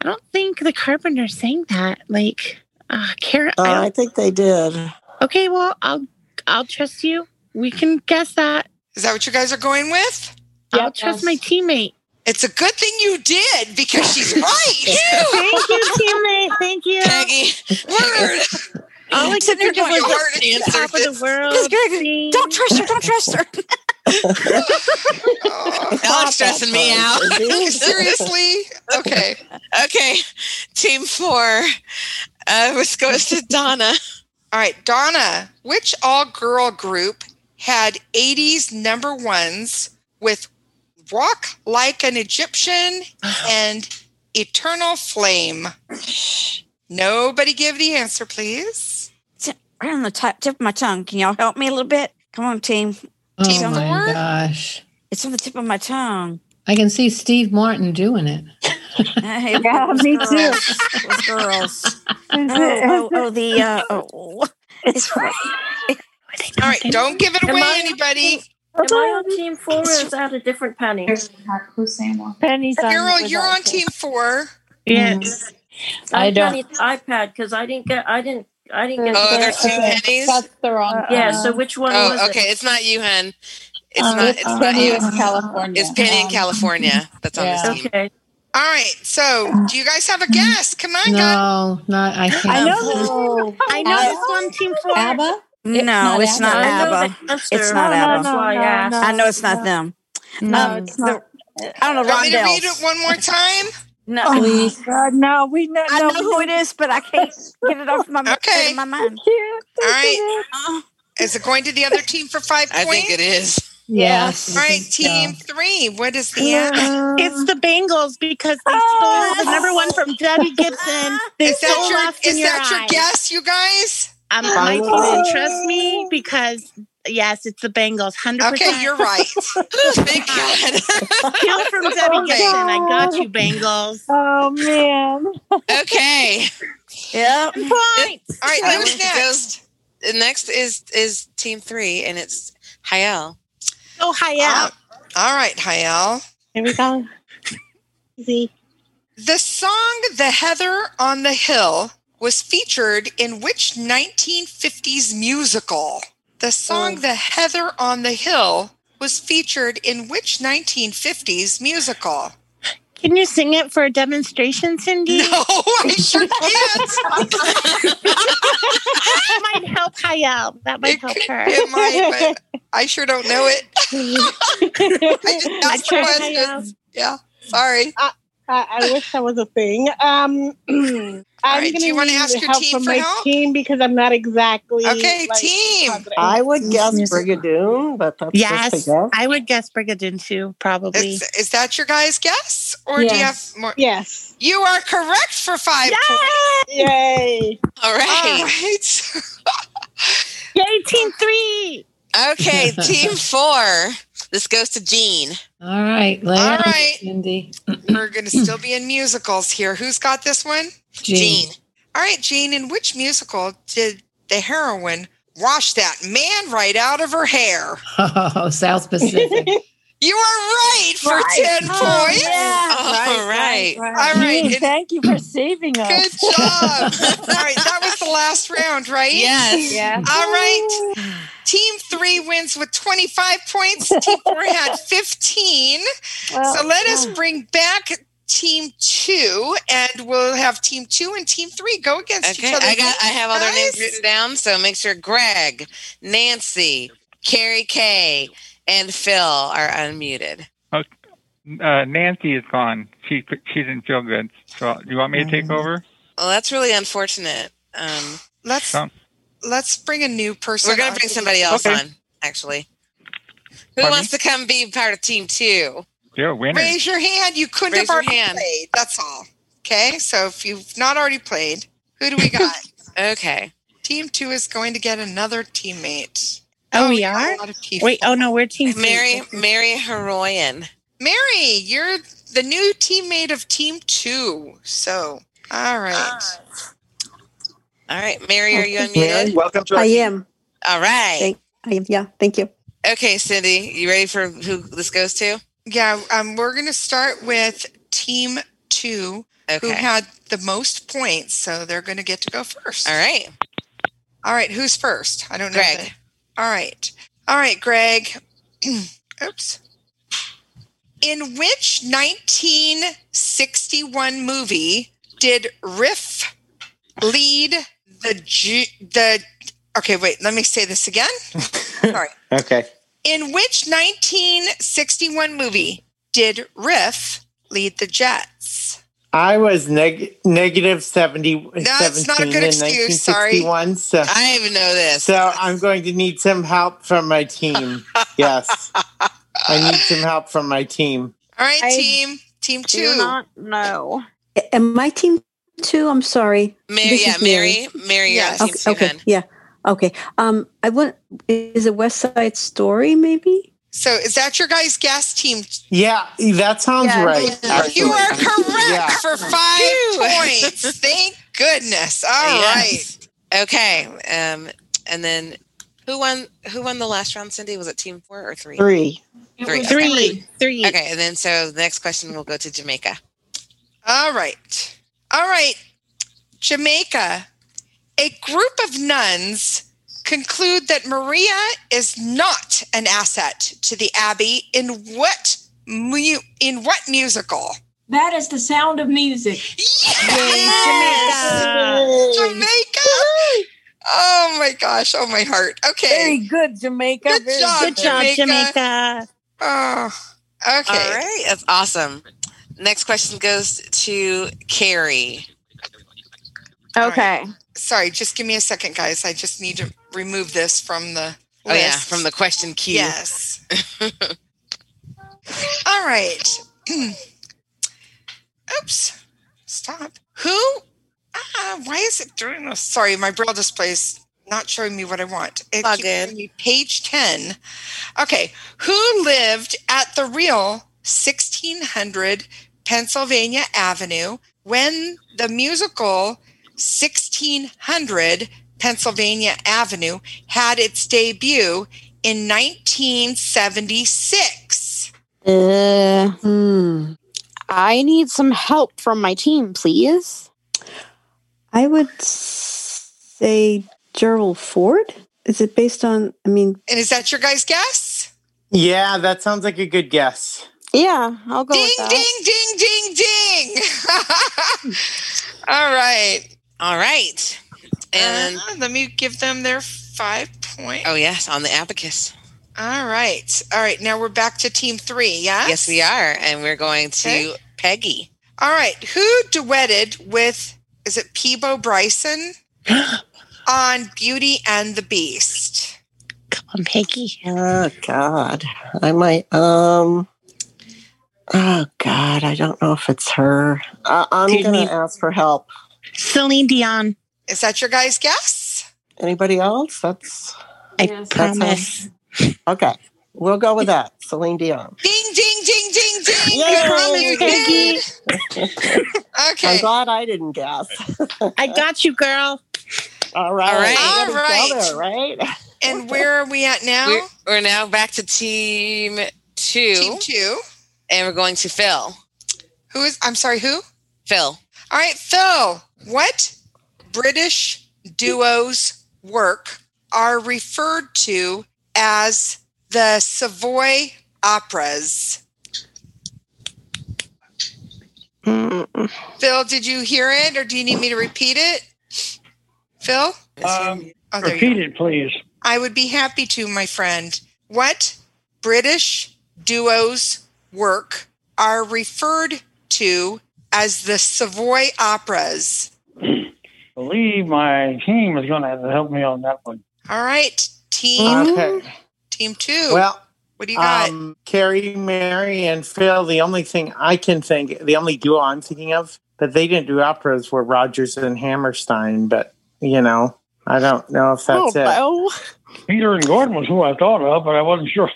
Speaker 18: I don't think the carpenter sang that. Like, uh, Kara. I
Speaker 11: Uh, I
Speaker 18: don't,
Speaker 11: think they did.
Speaker 18: okay, well, I'll I'll trust you. We can guess that.
Speaker 2: Is that what you guys are going with?
Speaker 18: I'll trust my teammate.
Speaker 2: It's a good thing you did because she's right.
Speaker 18: Thank you, teammate. Thank you.
Speaker 2: Peggy. Word.
Speaker 18: All I could think of was the top of the world. Don't trust her. Don't trust her.
Speaker 2: Alex stressing me out. Seriously? Okay. Okay. Team four. Uh, let's go to Donna. All right, Donna. Which all-girl group had '80s number ones with "Walk Like an Egyptian" and "Eternal Flame"? Nobody give the answer, please.
Speaker 22: Right on the top, tip of my tongue. Can y'all help me a little bit? Come on, team.
Speaker 3: Oh my gosh.
Speaker 22: It's on the tip of my tongue.
Speaker 3: I can see Steve Martin doing it.
Speaker 22: yeah, me too. Those girls. oh, oh, oh, the uh, oh, it's
Speaker 2: All right, don't give it away, anybody.
Speaker 17: Am I on team four or is that a different penny?
Speaker 3: Penny's
Speaker 2: Carol, you're on team four.
Speaker 3: Yes.
Speaker 17: I
Speaker 3: I don't-
Speaker 17: don't. Mm. iPad because I didn't get. I didn't. I didn't get.
Speaker 2: Oh,
Speaker 17: the-
Speaker 2: there's two pennies.
Speaker 17: the wrong. yeah. So which one
Speaker 2: Oh,
Speaker 17: was
Speaker 2: okay.
Speaker 17: it?
Speaker 2: It's not you, Hen. It's
Speaker 18: Uh,
Speaker 17: Um,
Speaker 2: not.
Speaker 17: it's
Speaker 2: It's not
Speaker 17: Penny
Speaker 2: you.
Speaker 17: in California.
Speaker 2: It's Penny in California. That's on this team.
Speaker 17: Okay.
Speaker 2: All right. So, do you guys have a guess? Come on, guys.
Speaker 3: No, not I can't.
Speaker 2: I
Speaker 3: know this
Speaker 18: I know this one. Team four.
Speaker 22: ABBA. No, it's
Speaker 3: not
Speaker 22: not,
Speaker 3: ABBA.
Speaker 22: ABBA.
Speaker 3: I know the answer.
Speaker 22: It's not
Speaker 3: No, no,
Speaker 22: ABBA.
Speaker 3: no, no, no,
Speaker 22: I know it's not them.
Speaker 3: No,
Speaker 22: Um,
Speaker 3: it's not.
Speaker 22: the- I don't know.
Speaker 2: Want me to read
Speaker 22: Rondell.
Speaker 2: it one more time?
Speaker 22: No,
Speaker 3: Oh, Please.
Speaker 22: God, no, we know. I
Speaker 3: no,
Speaker 22: know
Speaker 3: Oh, we
Speaker 22: who it is, but I can't get it off my out of my mind.
Speaker 2: All right. Is it going to the other team for five points? I think it is. All right, team three. What is the answer?
Speaker 18: It's the Bengals because they stole the number one from Debbie Gibson. They
Speaker 2: Is that
Speaker 18: stole
Speaker 2: your-
Speaker 18: Lost in
Speaker 2: is that your
Speaker 18: Eyes.
Speaker 2: guess, you guys?
Speaker 18: Um,
Speaker 2: I
Speaker 18: my
Speaker 2: love
Speaker 18: team,
Speaker 2: it.
Speaker 18: trust me, because yes, it's the Bengals. Hundred percent. Uh,
Speaker 2: Okay, you're right. Thank God. Oh,
Speaker 18: Kill from Debbie
Speaker 2: Okay.
Speaker 18: Gibson. I got you, Bengals.
Speaker 2: Oh man. Okay.
Speaker 18: Yeah. Point.
Speaker 2: All right.
Speaker 18: That
Speaker 2: Who's
Speaker 18: was
Speaker 2: next? Goes, the next is is team three, and it's Hayel. Uh,
Speaker 18: Oh, Hayel.
Speaker 2: all right, Hayel.
Speaker 18: Here we go. Easy.
Speaker 3: The song
Speaker 2: The Heather on the Hill was featured in which 1950s musical? The
Speaker 18: Oh.
Speaker 2: song The Heather on the Hill was featured in which 1950s musical?
Speaker 18: Can you sing it for a demonstration, Cindy?
Speaker 2: No, I sure can't.
Speaker 18: that might help Hayel. That might help her.
Speaker 2: It might, but I sure don't know it. I just asked the
Speaker 23: tried to
Speaker 2: questions. Yeah, sorry.
Speaker 23: I, I, I wish that was a thing. Um, I'm
Speaker 2: right, do
Speaker 23: gonna
Speaker 2: you wanna
Speaker 23: need
Speaker 2: ask your
Speaker 23: help
Speaker 2: team
Speaker 23: from
Speaker 2: for
Speaker 23: my
Speaker 2: help?
Speaker 23: team because I'm not exactly
Speaker 2: Okay,
Speaker 23: like,
Speaker 2: team.
Speaker 23: confident.
Speaker 11: I would guess Brigadoon, but that's
Speaker 18: Yes,
Speaker 11: just a guess.
Speaker 18: I would guess Brigadoon too, probably.
Speaker 2: Is, is that your guys' guess, or do you have
Speaker 23: Yes.
Speaker 2: more?
Speaker 23: Yes.
Speaker 2: You are correct for five points.
Speaker 23: Yay!
Speaker 2: All right.
Speaker 23: All
Speaker 18: Yay, team three.
Speaker 2: Okay, team four. This goes to Jean.
Speaker 7: All right, lay
Speaker 2: All
Speaker 7: on it,
Speaker 2: right.
Speaker 7: Cindy.
Speaker 2: We're going to still be in musicals here. Who's got this one?
Speaker 7: Jean.
Speaker 2: All right, Jean. In which musical did the heroine wash that man right out of her hair?
Speaker 7: Oh, South Pacific.
Speaker 2: You are right for
Speaker 7: Right.
Speaker 2: 10
Speaker 7: Oh,
Speaker 2: points.
Speaker 7: yeah.
Speaker 2: All right. All right.
Speaker 18: Gee,
Speaker 2: It-
Speaker 18: thank you for saving us.
Speaker 2: Good
Speaker 18: Oh,
Speaker 2: job. All right, that was the last round, right?
Speaker 18: Yes. Yeah.
Speaker 2: All right. Team three wins with 25 points. Team four had 15.
Speaker 18: Well,
Speaker 2: so let us
Speaker 18: yeah.
Speaker 2: bring back team two, and we'll have team two and team three go against each Okay, other.
Speaker 3: I
Speaker 2: got.
Speaker 3: I have
Speaker 2: all
Speaker 3: all
Speaker 2: their
Speaker 3: their
Speaker 2: names written down, so make sure Greg, Nancy, Carrie K, and Phil are unmuted.
Speaker 8: Oh,
Speaker 24: Uh, Nancy is gone. She she didn't feel good. So do you want me to
Speaker 2: Mm.
Speaker 24: take over?
Speaker 2: Well, that's really unfortunate. Um, let's
Speaker 24: Um,
Speaker 2: let's bring a new person. We're gonna bring somebody else
Speaker 24: Okay.
Speaker 2: on, actually. Who
Speaker 24: Pardon
Speaker 2: wants to come be part of Team Two?
Speaker 24: You're a winner.
Speaker 2: Raise your hand. You couldn't
Speaker 24: Raise your
Speaker 2: have already
Speaker 24: hand.
Speaker 2: played. That's all. Okay, so if you've not already played, who do we got? okay, Team Two is going to get another teammate.
Speaker 18: Oh, we are? Wait, oh no, we're team
Speaker 2: Mary
Speaker 18: three.
Speaker 2: Mary Heroyan. Mary, you're the new teammate of Team Two. So, all right,
Speaker 24: Ah.
Speaker 2: all right, Mary, are you unmuted?
Speaker 22: welcome
Speaker 2: to our
Speaker 22: I
Speaker 2: team.
Speaker 22: am.
Speaker 2: All right.
Speaker 22: Thank, I am. Yeah, thank you.
Speaker 2: Okay, Cindy, you ready for who this goes to? Yeah, um, we're going to start with Team Two, who had the most points, so they're going to get to go first. All right. All right, who's first? I don't know.
Speaker 3: Greg.
Speaker 2: the- All right. All right, Greg. Oops. In which 1961 movie did Riff lead the Ju- the Okay, wait, let me say this again. Sorry.
Speaker 8: Okay.
Speaker 2: In which 1961 movie did Riff lead the Jets?
Speaker 8: I was neg- negative 70,
Speaker 2: That's not a
Speaker 8: 17 in
Speaker 2: good excuse, sorry.
Speaker 8: 1961, So
Speaker 2: I even know this.
Speaker 8: So I'm going to need some help from my team. yes. I need some help from my team.
Speaker 2: All right,
Speaker 22: I
Speaker 2: team. Team two.
Speaker 22: do not
Speaker 2: know.
Speaker 22: Am my team two? I'm sorry.
Speaker 2: Mary,
Speaker 22: This
Speaker 2: yeah,
Speaker 22: is
Speaker 2: Mary. Mary, you're on
Speaker 22: Okay,
Speaker 2: team two
Speaker 22: okay,
Speaker 2: then.
Speaker 22: yeah. Okay. Um, I want is it West Side Story maybe?
Speaker 2: So is that your guys' guess team?
Speaker 8: Yeah, that sounds
Speaker 22: Yeah,
Speaker 8: right.
Speaker 22: yeah.
Speaker 8: actually.
Speaker 22: You
Speaker 2: You're correct
Speaker 8: Yeah.
Speaker 2: for five points. Thank goodness. All right.
Speaker 8: Yes.
Speaker 2: Okay. Um, and then who won who won the last round, Cindy? Was it team four or three?
Speaker 11: Three.
Speaker 2: Three. okay.
Speaker 11: was three.
Speaker 2: Three. Okay, and then so the next question will go to Jamaica. All right. All right. Jamaica. A group of nuns conclude that Maria is not an asset to the Abbey in what mu- in what musical?
Speaker 25: That is the sound of music.
Speaker 2: Yes! Jamaica. Oh my gosh. Oh my heart. Okay.
Speaker 18: Very good, Jamaica.
Speaker 2: Good
Speaker 18: Very
Speaker 2: job,
Speaker 18: good job,
Speaker 2: Jamaica.
Speaker 18: Jamaica.
Speaker 2: Oh, okay. All right. That's awesome. Next question goes to Carrie. Oh,
Speaker 18: Okay.
Speaker 2: Sorry, just give me a second, guys. I just need to remove this from the
Speaker 18: Oh, yeah,
Speaker 2: list.
Speaker 18: from the
Speaker 2: question
Speaker 18: queue.
Speaker 2: Yes. All right. Oops. Stop. Who? Ah, why is it doing this? Sorry, my braille display's not showing me what I want. It keeps showing me page 10. Okay. Who lived at the real 1600 Pennsylvania Avenue when the musical 1600 Pennsylvania Avenue had its debut in 1976?
Speaker 18: Uh, hmm. I need some help from my team, please.
Speaker 22: I would say Gerald Ford. Is it based on? I mean,
Speaker 2: And is that your guys' guess?
Speaker 8: Yeah, that sounds like a good guess.
Speaker 18: Yeah, I'll go
Speaker 2: ding, ding, ding, ding, ding. All right. All right. And Uh, let me give them their five points. Oh, yes, on the abacus. All right. All right. Now we're back to team three. Yeah.
Speaker 3: Yes, we
Speaker 2: are. And we're going to Peggy. All right. Who duetted with, is it Peebo Bryson on Beauty and the Beast?
Speaker 11: Come on, Peggy. Oh God, I might. Um. Oh God, I don't know if it's her. Uh, I'm
Speaker 18: Didn't
Speaker 11: gonna
Speaker 18: you-
Speaker 11: ask for help.
Speaker 18: Celine Dion.
Speaker 2: Is that your guy's guess?
Speaker 11: Anybody else? That's.
Speaker 18: I
Speaker 11: that's
Speaker 18: promise.
Speaker 11: how- okay, we'll go with that. Celine Dion.
Speaker 2: Ding, ding, ding, ding, ding.
Speaker 11: Yay,
Speaker 2: You
Speaker 11: Peggy.
Speaker 2: did.
Speaker 11: I'm
Speaker 2: Okay.
Speaker 11: glad I didn't guess.
Speaker 18: I got you, girl.
Speaker 11: All right.
Speaker 2: All right.
Speaker 11: we got
Speaker 2: All
Speaker 11: Together, right.
Speaker 2: And where are we at now?
Speaker 11: We're-
Speaker 2: we're now back to team two. Team two. And we're going to Phil. Who is, I'm sorry, who? Phil. All right, Phil. What British duo's work are referred to as the Savoy operas?
Speaker 11: Mm.
Speaker 2: Phil, did you hear it or do you need me to repeat it? Phil?
Speaker 15: Um,
Speaker 2: Oh, there you
Speaker 15: repeat it, please.
Speaker 2: I would be happy to, my friend. What British duo's work are referred to as the Savoy operas?
Speaker 15: believe my team is going to have to help me on that one.
Speaker 2: All right, team
Speaker 8: Okay.
Speaker 2: team two.
Speaker 8: Well,
Speaker 2: what do you got?
Speaker 8: Um, Carrie, Mary, and Phil. The only thing I can think, the only duo I'm thinking of that they didn't do operas were Rogers and Hammerstein. But you know, I don't know if
Speaker 11: Oh,
Speaker 2: Oh,
Speaker 8: that's it.
Speaker 11: Bo.
Speaker 15: Peter and Gordon was who I thought of, but I wasn't sure.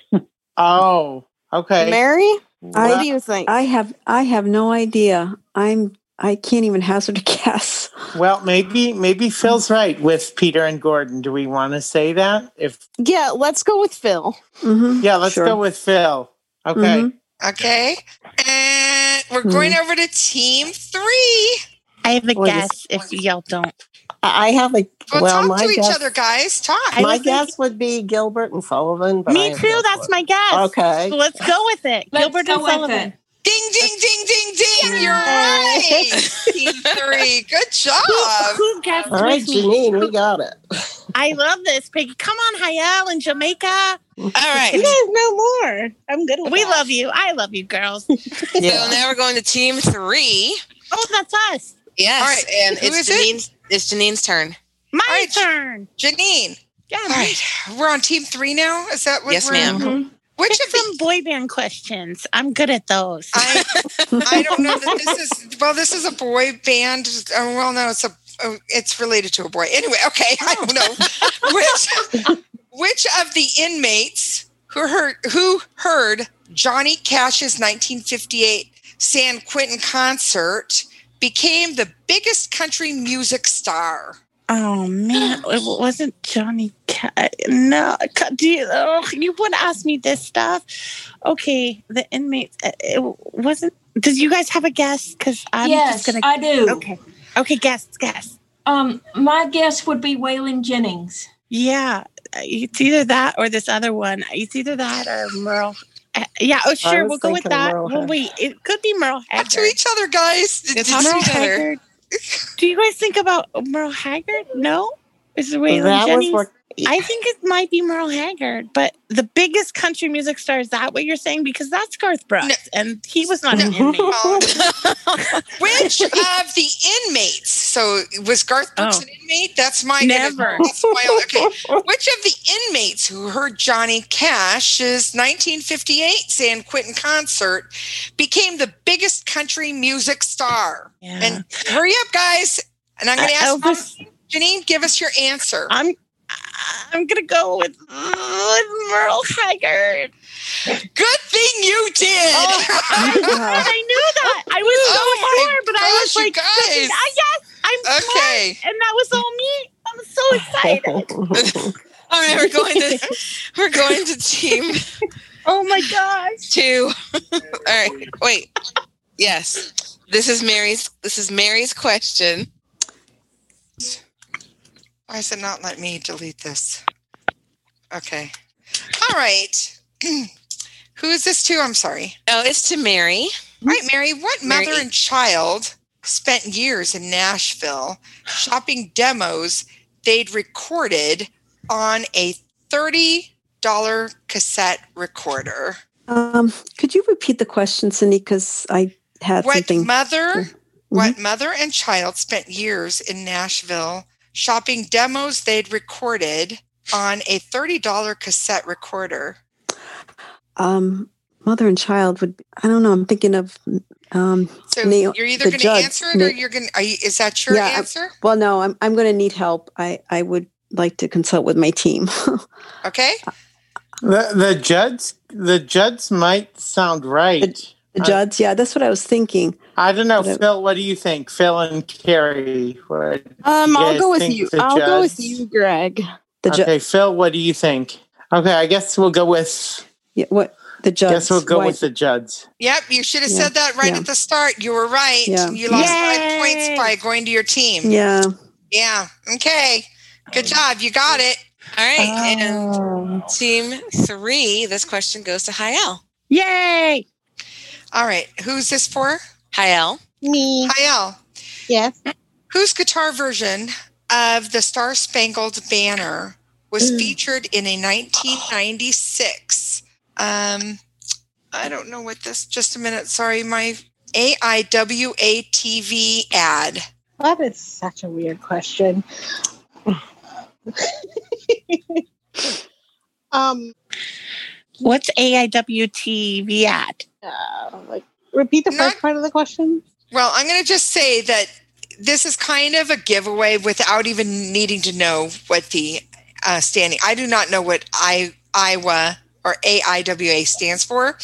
Speaker 8: Oh, okay.
Speaker 11: Mary,
Speaker 22: I-
Speaker 11: what do you think?
Speaker 22: I have I have no idea. I'm I can't even hazard a guess.
Speaker 8: Well, maybe maybe Phil's right with Peter and Gordon. Do we want to say that? If
Speaker 11: yeah, let's go with Phil. Mm-hmm.
Speaker 8: yeah, let's
Speaker 22: sure.
Speaker 8: go with Phil. Okay.
Speaker 2: Okay. And we're going over to team three.
Speaker 18: I have a
Speaker 11: Well,
Speaker 18: guess if y'all don't.
Speaker 11: I I have a
Speaker 2: Well,
Speaker 11: well.
Speaker 2: talk
Speaker 11: my
Speaker 2: to each
Speaker 11: guess,
Speaker 2: other, guys. Talk.
Speaker 11: My guess would be Gilbert and Sullivan. But I
Speaker 18: Me
Speaker 11: have
Speaker 18: too.
Speaker 11: no
Speaker 18: That's
Speaker 11: clue.
Speaker 18: my guess.
Speaker 11: Okay.
Speaker 18: So let's go with it. Gilbert
Speaker 11: go
Speaker 18: and
Speaker 11: with
Speaker 18: Sullivan.
Speaker 2: Ding, ding, ding, ding, ding. You're right. team three. Good job.
Speaker 18: Who guessed
Speaker 11: All right,
Speaker 18: with me?
Speaker 11: Janine, we got it.
Speaker 18: I love this, Peggy. Come on, Hayal and Jamaica.
Speaker 11: All
Speaker 2: right.
Speaker 18: You guys know more. I'm good with We love you. I love you, girls.
Speaker 2: So now we're going to team three.
Speaker 18: Oh, that's us.
Speaker 2: Yes. All right.
Speaker 3: and
Speaker 2: Who
Speaker 3: it's
Speaker 2: is it?
Speaker 3: Janine's-
Speaker 2: It's Janine's turn.
Speaker 18: My
Speaker 2: turn. Janine.
Speaker 18: Yeah.
Speaker 2: All right. We're on team three now. Is that what
Speaker 3: Yes,
Speaker 2: we're
Speaker 3: ma'am. Mhm.
Speaker 2: Which
Speaker 18: Mm-hmm. Pick some boy band questions. I'm good at those.
Speaker 2: I don't know that this is well, this is a boy band. Uh, well, no, it's a uh, it's related to a boy. Anyway, okay, I don't know. which which of the inmates who heard who heard Johnny Cash's 1958 San Quentin concert became the biggest country music star?
Speaker 18: Oh man, it wasn't Johnny. Ca- no, Ca- do you, oh, you would ask me this stuff. Okay, the inmates. uh, It wasn't. Did you guys have a guess? Because I'm
Speaker 17: Yes,
Speaker 18: just gonna.
Speaker 17: I do.
Speaker 18: Okay. Okay. Guess. Guess.
Speaker 17: Um, my guess would be Waylon Jennings.
Speaker 18: Yeah, uh, it's either that or this other one. It's either that or Merle. uh, Yeah. Oh, sure.
Speaker 11: was
Speaker 18: We'll go with
Speaker 11: thinking of
Speaker 18: that.
Speaker 11: Merle
Speaker 18: Well,
Speaker 11: Haggard.
Speaker 18: wait. It could be Merle
Speaker 2: Talk
Speaker 18: Haggard.
Speaker 2: to each other, guys. Did-
Speaker 18: It's
Speaker 2: did
Speaker 18: Merle
Speaker 2: you-
Speaker 18: Haggard. Do you guys think about Merle Haggard? No. Is it Waylon
Speaker 11: that
Speaker 18: Jennings?
Speaker 11: was what
Speaker 18: I think it might be Merle Haggard, but the biggest country music star is that what you're saying? Because that's Garth Brooks, and he was not an inmate.
Speaker 2: Which of the inmates? So was Garth Brooks
Speaker 18: Oh.
Speaker 2: an inmate? That's my
Speaker 18: Never.
Speaker 2: That's my, okay. Which of the inmates who heard Johnny Cash's 1958 San Quentin concert became the biggest country music star? And hurry up, guys! And I'm going to
Speaker 18: Uh,
Speaker 2: ask Janine. Give us your answer.
Speaker 18: I'm I'm gonna go with, with Merle Haggard.
Speaker 2: Good thing you did.
Speaker 4: Oh.
Speaker 18: I knew that. I was so
Speaker 2: Oh my
Speaker 18: sure, but I was
Speaker 2: gosh, you
Speaker 18: like, this is- I
Speaker 2: guys.
Speaker 18: guess I'm
Speaker 2: Okay.
Speaker 18: smart, and that was all me. I'm so excited.
Speaker 2: All right, we're going to we're going to team.
Speaker 18: Oh my gosh.
Speaker 2: Two. All right. Wait. Yes. This is Mary's this is Mary's question. Why is it not let me delete this? Okay. All right. Who is this to? I'm sorry. Oh, it's to Mary. All right, Mary, E- what
Speaker 26: Mary.
Speaker 2: mother and child spent years in Nashville shopping demos they'd recorded on a $30 cassette recorder?
Speaker 22: Um, could you repeat the question, Cindy? Because I had
Speaker 2: what
Speaker 22: something. Mm-hmm.
Speaker 2: mother what mother and child spent years in nashville shopping demos they'd recorded on a $30 cassette recorder
Speaker 22: um, mother and child would. I don't know. I'm thinking of. Um,
Speaker 2: so
Speaker 22: Neil-
Speaker 2: you're either
Speaker 22: the
Speaker 2: going to
Speaker 22: judge,
Speaker 2: answer it or
Speaker 22: Ne-
Speaker 2: you're going to is that your
Speaker 22: I-
Speaker 2: answer
Speaker 22: well, no, I'm I'm going to need help. I I would like to consult with my team.
Speaker 2: okay
Speaker 8: The, the Judds, the Judds might sound right.
Speaker 22: the Judds, yeah, that's what I was thinking.
Speaker 8: I don't know,
Speaker 22: But I-
Speaker 8: Phil. What do you think, Phil and Carrie? What do
Speaker 3: Um, I'll
Speaker 8: guys
Speaker 3: go with
Speaker 8: think
Speaker 3: you.
Speaker 8: the
Speaker 3: I'll go with
Speaker 8: Judds?
Speaker 3: you, Greg.
Speaker 22: The ju-
Speaker 8: okay, Phil. What do you think? Okay, I guess we'll go with.
Speaker 22: Yeah, what the Judds?
Speaker 8: Guess we'll go
Speaker 22: Why-
Speaker 8: with the Judds.
Speaker 2: yep you should have
Speaker 22: Yeah,
Speaker 2: said that right
Speaker 22: yeah.
Speaker 2: at the start you were right
Speaker 22: Yeah.
Speaker 2: you lost five points by going to your team
Speaker 22: Yeah.
Speaker 2: yeah okay good job you got it all right and
Speaker 3: oh.
Speaker 2: team three this question goes to hayel
Speaker 18: Yay!
Speaker 2: All right. Who's this for? Hayel.
Speaker 27: Me.
Speaker 2: Hayel.
Speaker 27: Yes.
Speaker 2: Whose guitar version of the Star Spangled Banner was featured in a 1996? Um, I don't know what this. Just a minute. Sorry, my AIWA TV ad.
Speaker 28: That is such a weird question.
Speaker 29: Um,
Speaker 18: What's AIWTV at?
Speaker 29: uh, like, repeat the first part of the question.
Speaker 2: Well, I'm going to just say that this is kind of a giveaway without even needing to know what the uh, standing. I do not know what I Iowa or AIWA stands for.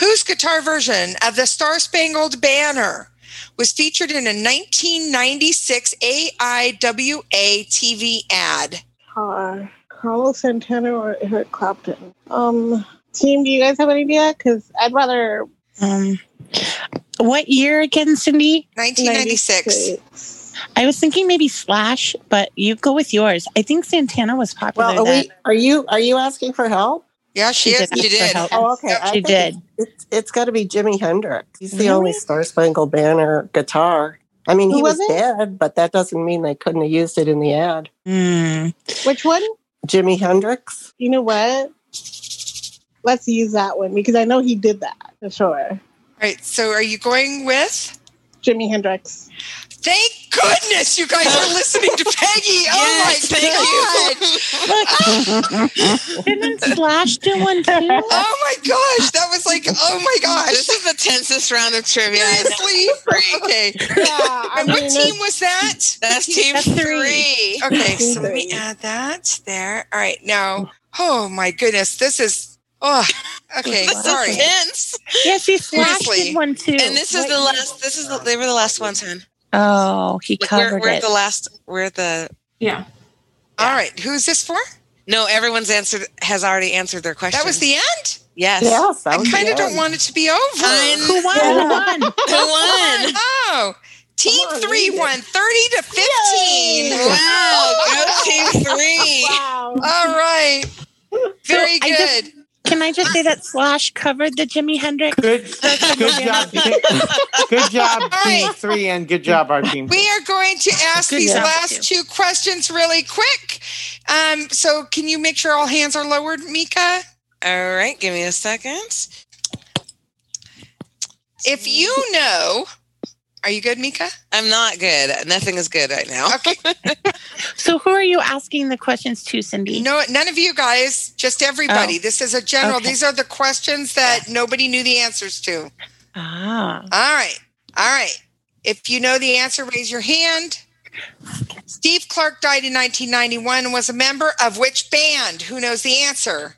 Speaker 2: Whose guitar version of the Star Spangled Banner was featured in a 1996 AIWA TV ad?
Speaker 28: Car. Carlos Santana or Eric Clapton. Um, team, do you guys have an idea? Because I'd rather.
Speaker 18: Um, what year again, Cindy?
Speaker 2: 1996.
Speaker 18: I was thinking maybe Slash, but you go with yours. I think Santana was popular.
Speaker 11: Well, are
Speaker 18: then.
Speaker 11: we? Are you? Are you asking for help?
Speaker 2: Yeah,
Speaker 18: she She is. did She ask for did. help.
Speaker 11: Oh, okay.
Speaker 18: Yep,
Speaker 11: I
Speaker 18: she
Speaker 11: think
Speaker 18: did.
Speaker 11: It's, it's, it's got to be Jimi Hendrix. He's the
Speaker 18: Really?
Speaker 11: only Star Spangled Banner guitar. I mean,
Speaker 18: Who
Speaker 11: he
Speaker 18: was
Speaker 11: was,
Speaker 18: it?
Speaker 11: dead, but that doesn't mean they couldn't have used it in the ad.
Speaker 18: Hmm.
Speaker 28: Which one?
Speaker 11: Jimi Hendrix.
Speaker 28: You know what? Let's use that one because I know he did that for sure.
Speaker 2: All right. So are you going with?
Speaker 28: Jimi Hendrix.
Speaker 2: Thank goodness you guys are listening to Peggy. Oh my god. Ah,
Speaker 18: Didn't Slash do one too?
Speaker 2: Oh my gosh, that was like, oh my gosh. This is the tensest round of trivia. Seriously? okay. and what team was that? That's team three. Okay, so let me add that there. All right, now, oh my goodness, this is, oh, okay, This is sorry. tense.
Speaker 18: Yeah, she slashed
Speaker 2: Seriously.
Speaker 18: one too.
Speaker 2: And this is the last, this is, the, they were the last ones, hon.
Speaker 18: Oh, he
Speaker 2: Like,
Speaker 18: covered
Speaker 2: we're, we're
Speaker 18: it.
Speaker 2: the last, we're the.
Speaker 18: Yeah.
Speaker 2: All right, who's this for? No, everyone's answered, has already answered their question. That was the end? Yes.
Speaker 11: Yes, that
Speaker 2: I
Speaker 11: was the
Speaker 2: kind of don't
Speaker 11: end.
Speaker 2: want it to be over. Who
Speaker 18: won? Who won?
Speaker 2: Who won? Oh, team three won 30 to 15.
Speaker 18: Wow,
Speaker 2: go team three. All right. Very
Speaker 18: So I just-
Speaker 2: good.
Speaker 18: Can I just say that Slash covered the Jimi Hendrix?
Speaker 8: Good, good job. Good job, team three, and good job, our team.
Speaker 2: We are going to ask
Speaker 8: Good
Speaker 2: these
Speaker 8: job.
Speaker 2: last two questions really quick. Um, so can you make sure all hands are lowered, Mika? All right, give me a second. If you know, are you good, Mika? I'm not good. Nothing is good right now. Okay.
Speaker 18: So who are you asking the questions to, Cindy?
Speaker 2: No, none of you guys, just everybody.
Speaker 18: Oh.
Speaker 2: This is a general.
Speaker 18: Okay.
Speaker 2: These are the questions that nobody knew the answers to.
Speaker 18: Ah.
Speaker 2: All right. All right. If you know the answer, raise your hand. Steve Clark died in 1991 and was a member of which band? Who knows the answer?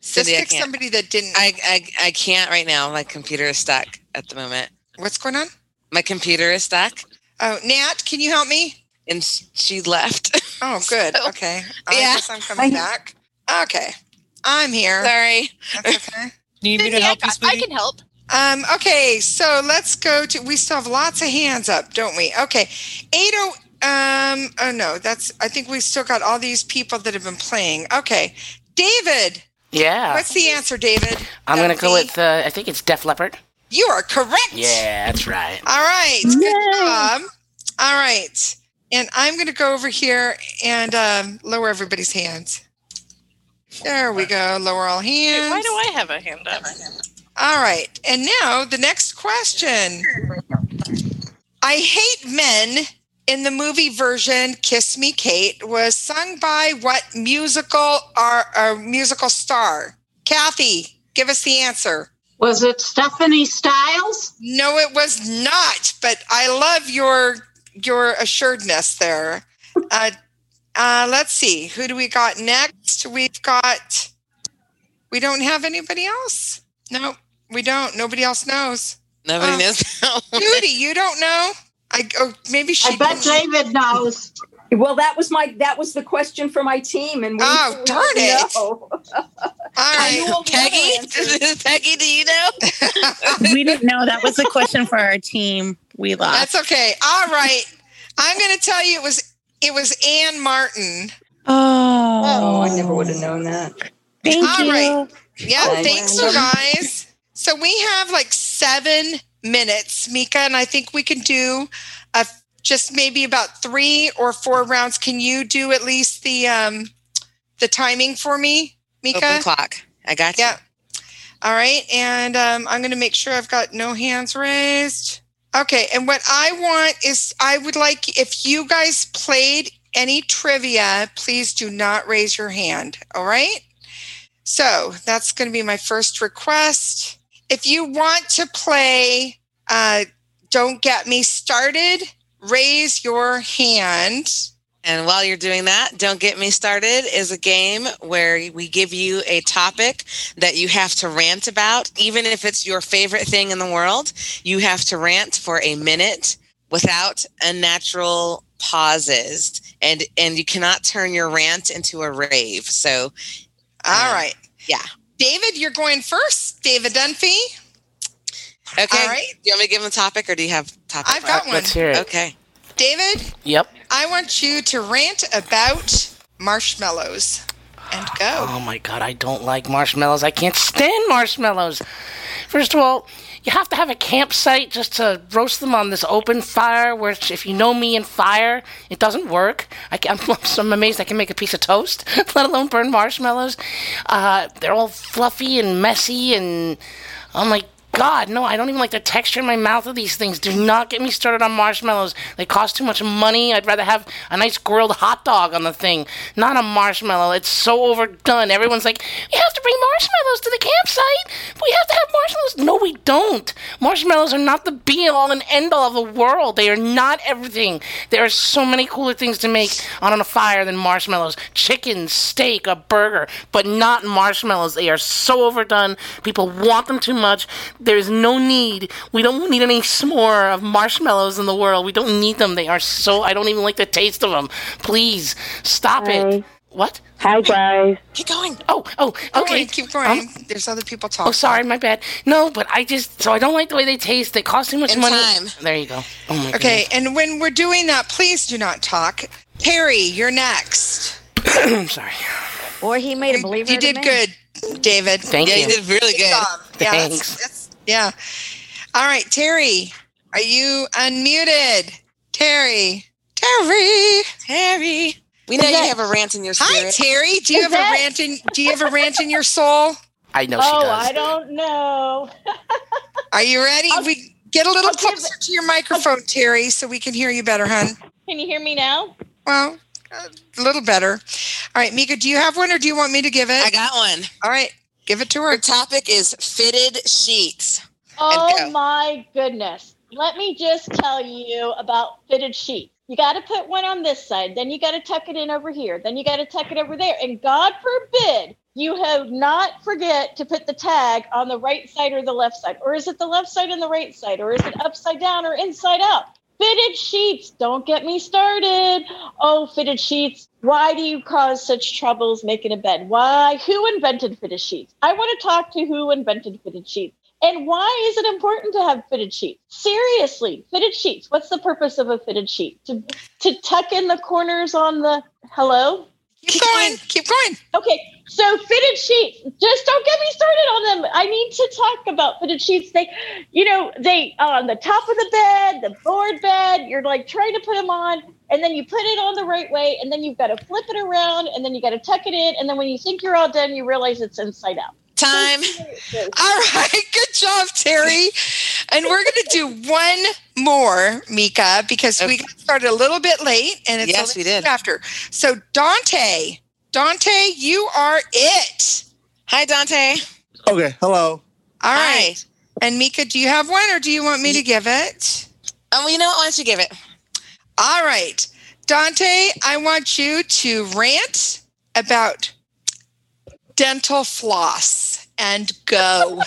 Speaker 2: Cindy, I Just pick can't. somebody that didn't. I, I, I can't right now. My computer is stuck at the moment. What's going on? My computer is stuck. Oh, Nat, can you help me? And s- she left. Oh, good. okay. I
Speaker 4: Yeah.
Speaker 2: guess I'm coming back. Okay. I'm here.
Speaker 4: Sorry.
Speaker 2: That's okay.
Speaker 4: Need me to help you, I can help.
Speaker 2: Um, okay, so let's go to. We still have lots of hands up, don't we? Okay, eight oh. Um, oh no, that's. I think we still got all these people that have been playing. Okay, David.
Speaker 1: Yeah.
Speaker 2: What's the answer, David?
Speaker 1: I'm going to go with, uh, I think it's Def Leppard.
Speaker 2: You are correct.
Speaker 1: Yeah, that's right.
Speaker 2: All right. Good job. All right. And I'm going to go over here and um, lower everybody's hands. There we go. Lower all hands.
Speaker 3: Why do I have a hand up?
Speaker 2: All right. And now the next question. I Hate Men in the movie version Kiss Me Kate was sung by what musical or, or musical star? Kathy, give us the answer.
Speaker 30: Was it Stephanie Styles?
Speaker 2: No, it was not, but I love your your assuredness there. Uh, uh, let's see. Who do we got next? We've got we don't have anybody else. No, we don't. Nobody else knows.
Speaker 30: Nobody
Speaker 2: knows. Judy, you don't know? I oh, maybe she
Speaker 30: I bet
Speaker 2: didn't-
Speaker 30: David knows.
Speaker 9: Well, that was my that was the question for my team, and we
Speaker 2: Oh, darn it.
Speaker 9: No.
Speaker 2: All right.
Speaker 9: Peggy,
Speaker 2: Peggy, do you know?
Speaker 18: we didn't know that was the question for our team. We lost.
Speaker 2: That's okay. All right. I'm going to tell you it was it was Ann Martin.
Speaker 18: Oh,
Speaker 9: oh, I never would have known that.
Speaker 18: Thank you.
Speaker 2: All right. Yeah,
Speaker 9: Oh,
Speaker 2: thanks,
Speaker 9: wow.
Speaker 2: you guys. So we have like seven minutes, Mika, and I think we can do a, just maybe about three or four rounds. Can you do at least the um, the timing for me, Mika? Open clock. I got you. Yeah. All right, and um, I'm going to make sure I've got no hands raised. Okay, and what I want is I would like if you guys played any trivia, please do not raise your hand. All right. So that's going to be my first request. If you want to play uh, Don't Get Me Started, raise your hand. And while you're doing that, Don't Get Me Started is a game
Speaker 3: where we give you a topic that you have to rant about, even if it's your favorite thing in the world.
Speaker 2: you have to rant for a minute without unnatural pauses. And and you cannot turn your rant into a rave. So all right. Yeah. David, you're going first. David Dunphy. Okay. All right.
Speaker 3: Do you want me to give them a topic or do you have topic?
Speaker 2: I've got Uh, one. let's hear it.
Speaker 3: Okay.
Speaker 2: David,
Speaker 1: Yep.
Speaker 2: I want you to rant about marshmallows and go.
Speaker 1: Oh my god, I don't like marshmallows. I can't stand marshmallows. First of all, you have to have a campsite just to roast them on this open fire, which, if you know me and fire, it doesn't work. I can, I'm, I'm amazed I can make a piece of toast, let alone burn marshmallows. Uh, they're all fluffy and messy, and oh my god, no, I don't even like the texture in my mouth of these things. Do not get me started on marshmallows. They cost too much money. I'd rather have a nice grilled hot dog on the thing, not a marshmallow. It's so overdone. Everyone's like, we have to bring marshmallows to the campsite. We have to have marshmallows. No, we don't. Marshmallows are not the be all and end all of the world. They are not everything. There are so many cooler things to make on a fire than marshmallows chicken, steak, a burger, but not marshmallows. They are so overdone. People want them too much. There is no need. We don't need any s'more of marshmallows in the world. We don't need them. They are so. I don't even like the taste of them. Please stop it. What?
Speaker 17: Hi, guys.
Speaker 2: Keep going.
Speaker 1: Oh, oh,
Speaker 2: Go
Speaker 1: okay. Um,
Speaker 2: on, keep going. There's other people talking.
Speaker 1: Oh, sorry, my bad. No, but I just so I don't like the way they taste. They cost too much
Speaker 2: And
Speaker 1: money.
Speaker 2: time.
Speaker 1: There you go. Oh my
Speaker 2: Okay, and when we're doing that, please do not talk. Perry, you're next.
Speaker 1: I'm sorry.
Speaker 17: Boy, he made a believer.
Speaker 2: You
Speaker 17: out of
Speaker 2: did
Speaker 17: me.
Speaker 2: good, David.
Speaker 1: Thank Yeah, you you. did really
Speaker 2: Good
Speaker 1: good.
Speaker 2: job. Yeah, that's-
Speaker 1: Thanks.
Speaker 2: that's- yeah. All right, Terry, are you unmuted? Terry,
Speaker 3: Terry. Terry. We know you have a rant in your
Speaker 2: Hi,
Speaker 3: spirit.
Speaker 2: Terry. Do you have a rant in Do you have a rant in your soul?
Speaker 1: I know
Speaker 2: she
Speaker 17: oh,
Speaker 2: does.
Speaker 17: I don't know.
Speaker 2: Are you ready? we get a little
Speaker 17: I'll give
Speaker 2: closer to your microphone, Terry, so we can hear you better, hun.
Speaker 17: Can you hear me now?
Speaker 2: Well, a little better. All right, Mika, do you have one, or do you want me to give it?
Speaker 3: I got one.
Speaker 2: All right, give it to her.
Speaker 3: Her topic is fitted sheets.
Speaker 17: Oh
Speaker 3: go.
Speaker 17: my goodness. Let me just tell you about fitted sheets. You got to put one on this side, then you got to tuck it in over here, then you got to tuck it over there. And God forbid you have not forget to put the tag on the right side or the left side. Or is it the left side and the right side? Or is it upside down or inside out? Fitted sheets, don't get me started. Oh, fitted sheets, why do you cause such troubles making a bed? Why? Who invented fitted sheets? I want to talk to who invented fitted sheets. And why is it important to have fitted sheets? Seriously, fitted sheets. What's the purpose of a fitted sheet? To, to tuck in the corners on the hello?
Speaker 2: Keep going. Keep going.
Speaker 17: Okay, so fitted sheets. Just don't get me started on them. I need to talk about fitted sheets. They, you know, they uh, on the top of the bed, the board bed. You're like trying to put them on, and then you put it on the right way, and then you've got to flip it around, and then you got to tuck it in, and then when you think you're all done, you realize it's inside out.
Speaker 3: Time.
Speaker 2: All right, good job, Terry. And we're going to do one more, Mika, because we got started a little bit late, and it's
Speaker 3: Yes,
Speaker 2: only
Speaker 3: we did.
Speaker 2: after. So Dante, Dante, you are it.
Speaker 3: Hi, Dante.
Speaker 5: Okay, hello.
Speaker 2: All right. And Mika, do you have one, or do you want me to give it?
Speaker 3: Oh, well, you know what? Why don't you give it?
Speaker 2: All right, Dante, I want you to rant about dental floss and go.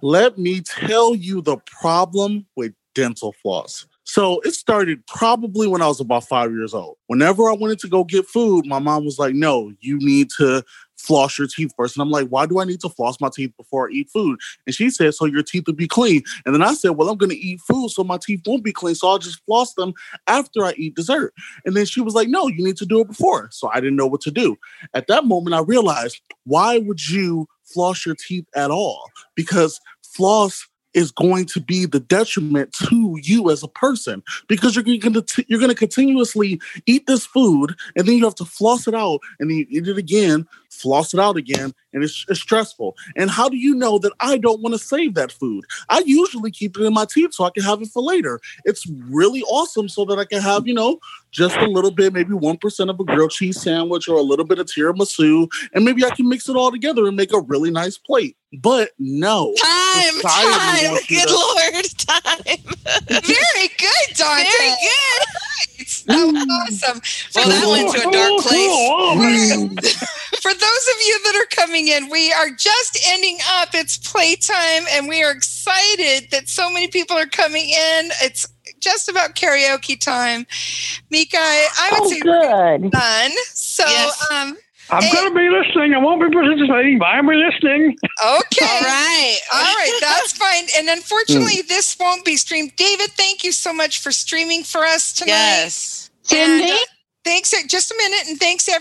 Speaker 5: Let me tell you the problem with dental floss. So it started probably when I was about five years old. Whenever I wanted to go get food, my mom was like, No, you need to floss your teeth first. And I'm like, Why do I need to floss my teeth before I eat food? And she said, So your teeth will be clean. And then I said, Well, I'm going to eat food so my teeth won't be clean. So I'll just floss them after I eat dessert. And then she was like, No, you need to do it before. So I didn't know what to do. At that moment, I realized, Why would you floss your teeth at all? Because floss is going to be the detriment to you as a person because you're going to you're going to continuously eat this food and then you have to floss it out and then you eat it again, floss it out again, and it's, it's stressful. And how do you know that I don't want to save that food? I usually keep it in my teeth so I can have it for later. It's really awesome so that I can have you know just a little bit, maybe one percent of a grilled cheese sandwich or a little bit of tiramisu, and maybe I can mix it all together and make a really nice plate. But no,
Speaker 3: Time.
Speaker 5: Society
Speaker 3: Time.
Speaker 5: wants you
Speaker 3: Good
Speaker 5: to-
Speaker 3: Lord. Time.
Speaker 2: Very good, Dante.
Speaker 3: Very good.
Speaker 2: That was awesome.
Speaker 3: Well, that went to a dark place.
Speaker 2: For those of you that are coming in, we are just ending up. It's playtime, and we are excited that so many people are coming in. It's just about karaoke time. Mika, I would say
Speaker 17: good.
Speaker 2: done. So, um,
Speaker 15: I'm
Speaker 2: Hey.
Speaker 15: going to be listening. I won't be participating, but I'll be listening.
Speaker 2: okay.
Speaker 3: All right.
Speaker 2: All right, that's fine. And unfortunately, this won't be streamed. David, thank you so much for streaming for us tonight.
Speaker 3: Yes.
Speaker 2: And,
Speaker 6: Cindy?
Speaker 2: uh, thanks. Just a minute, and thanks everyone.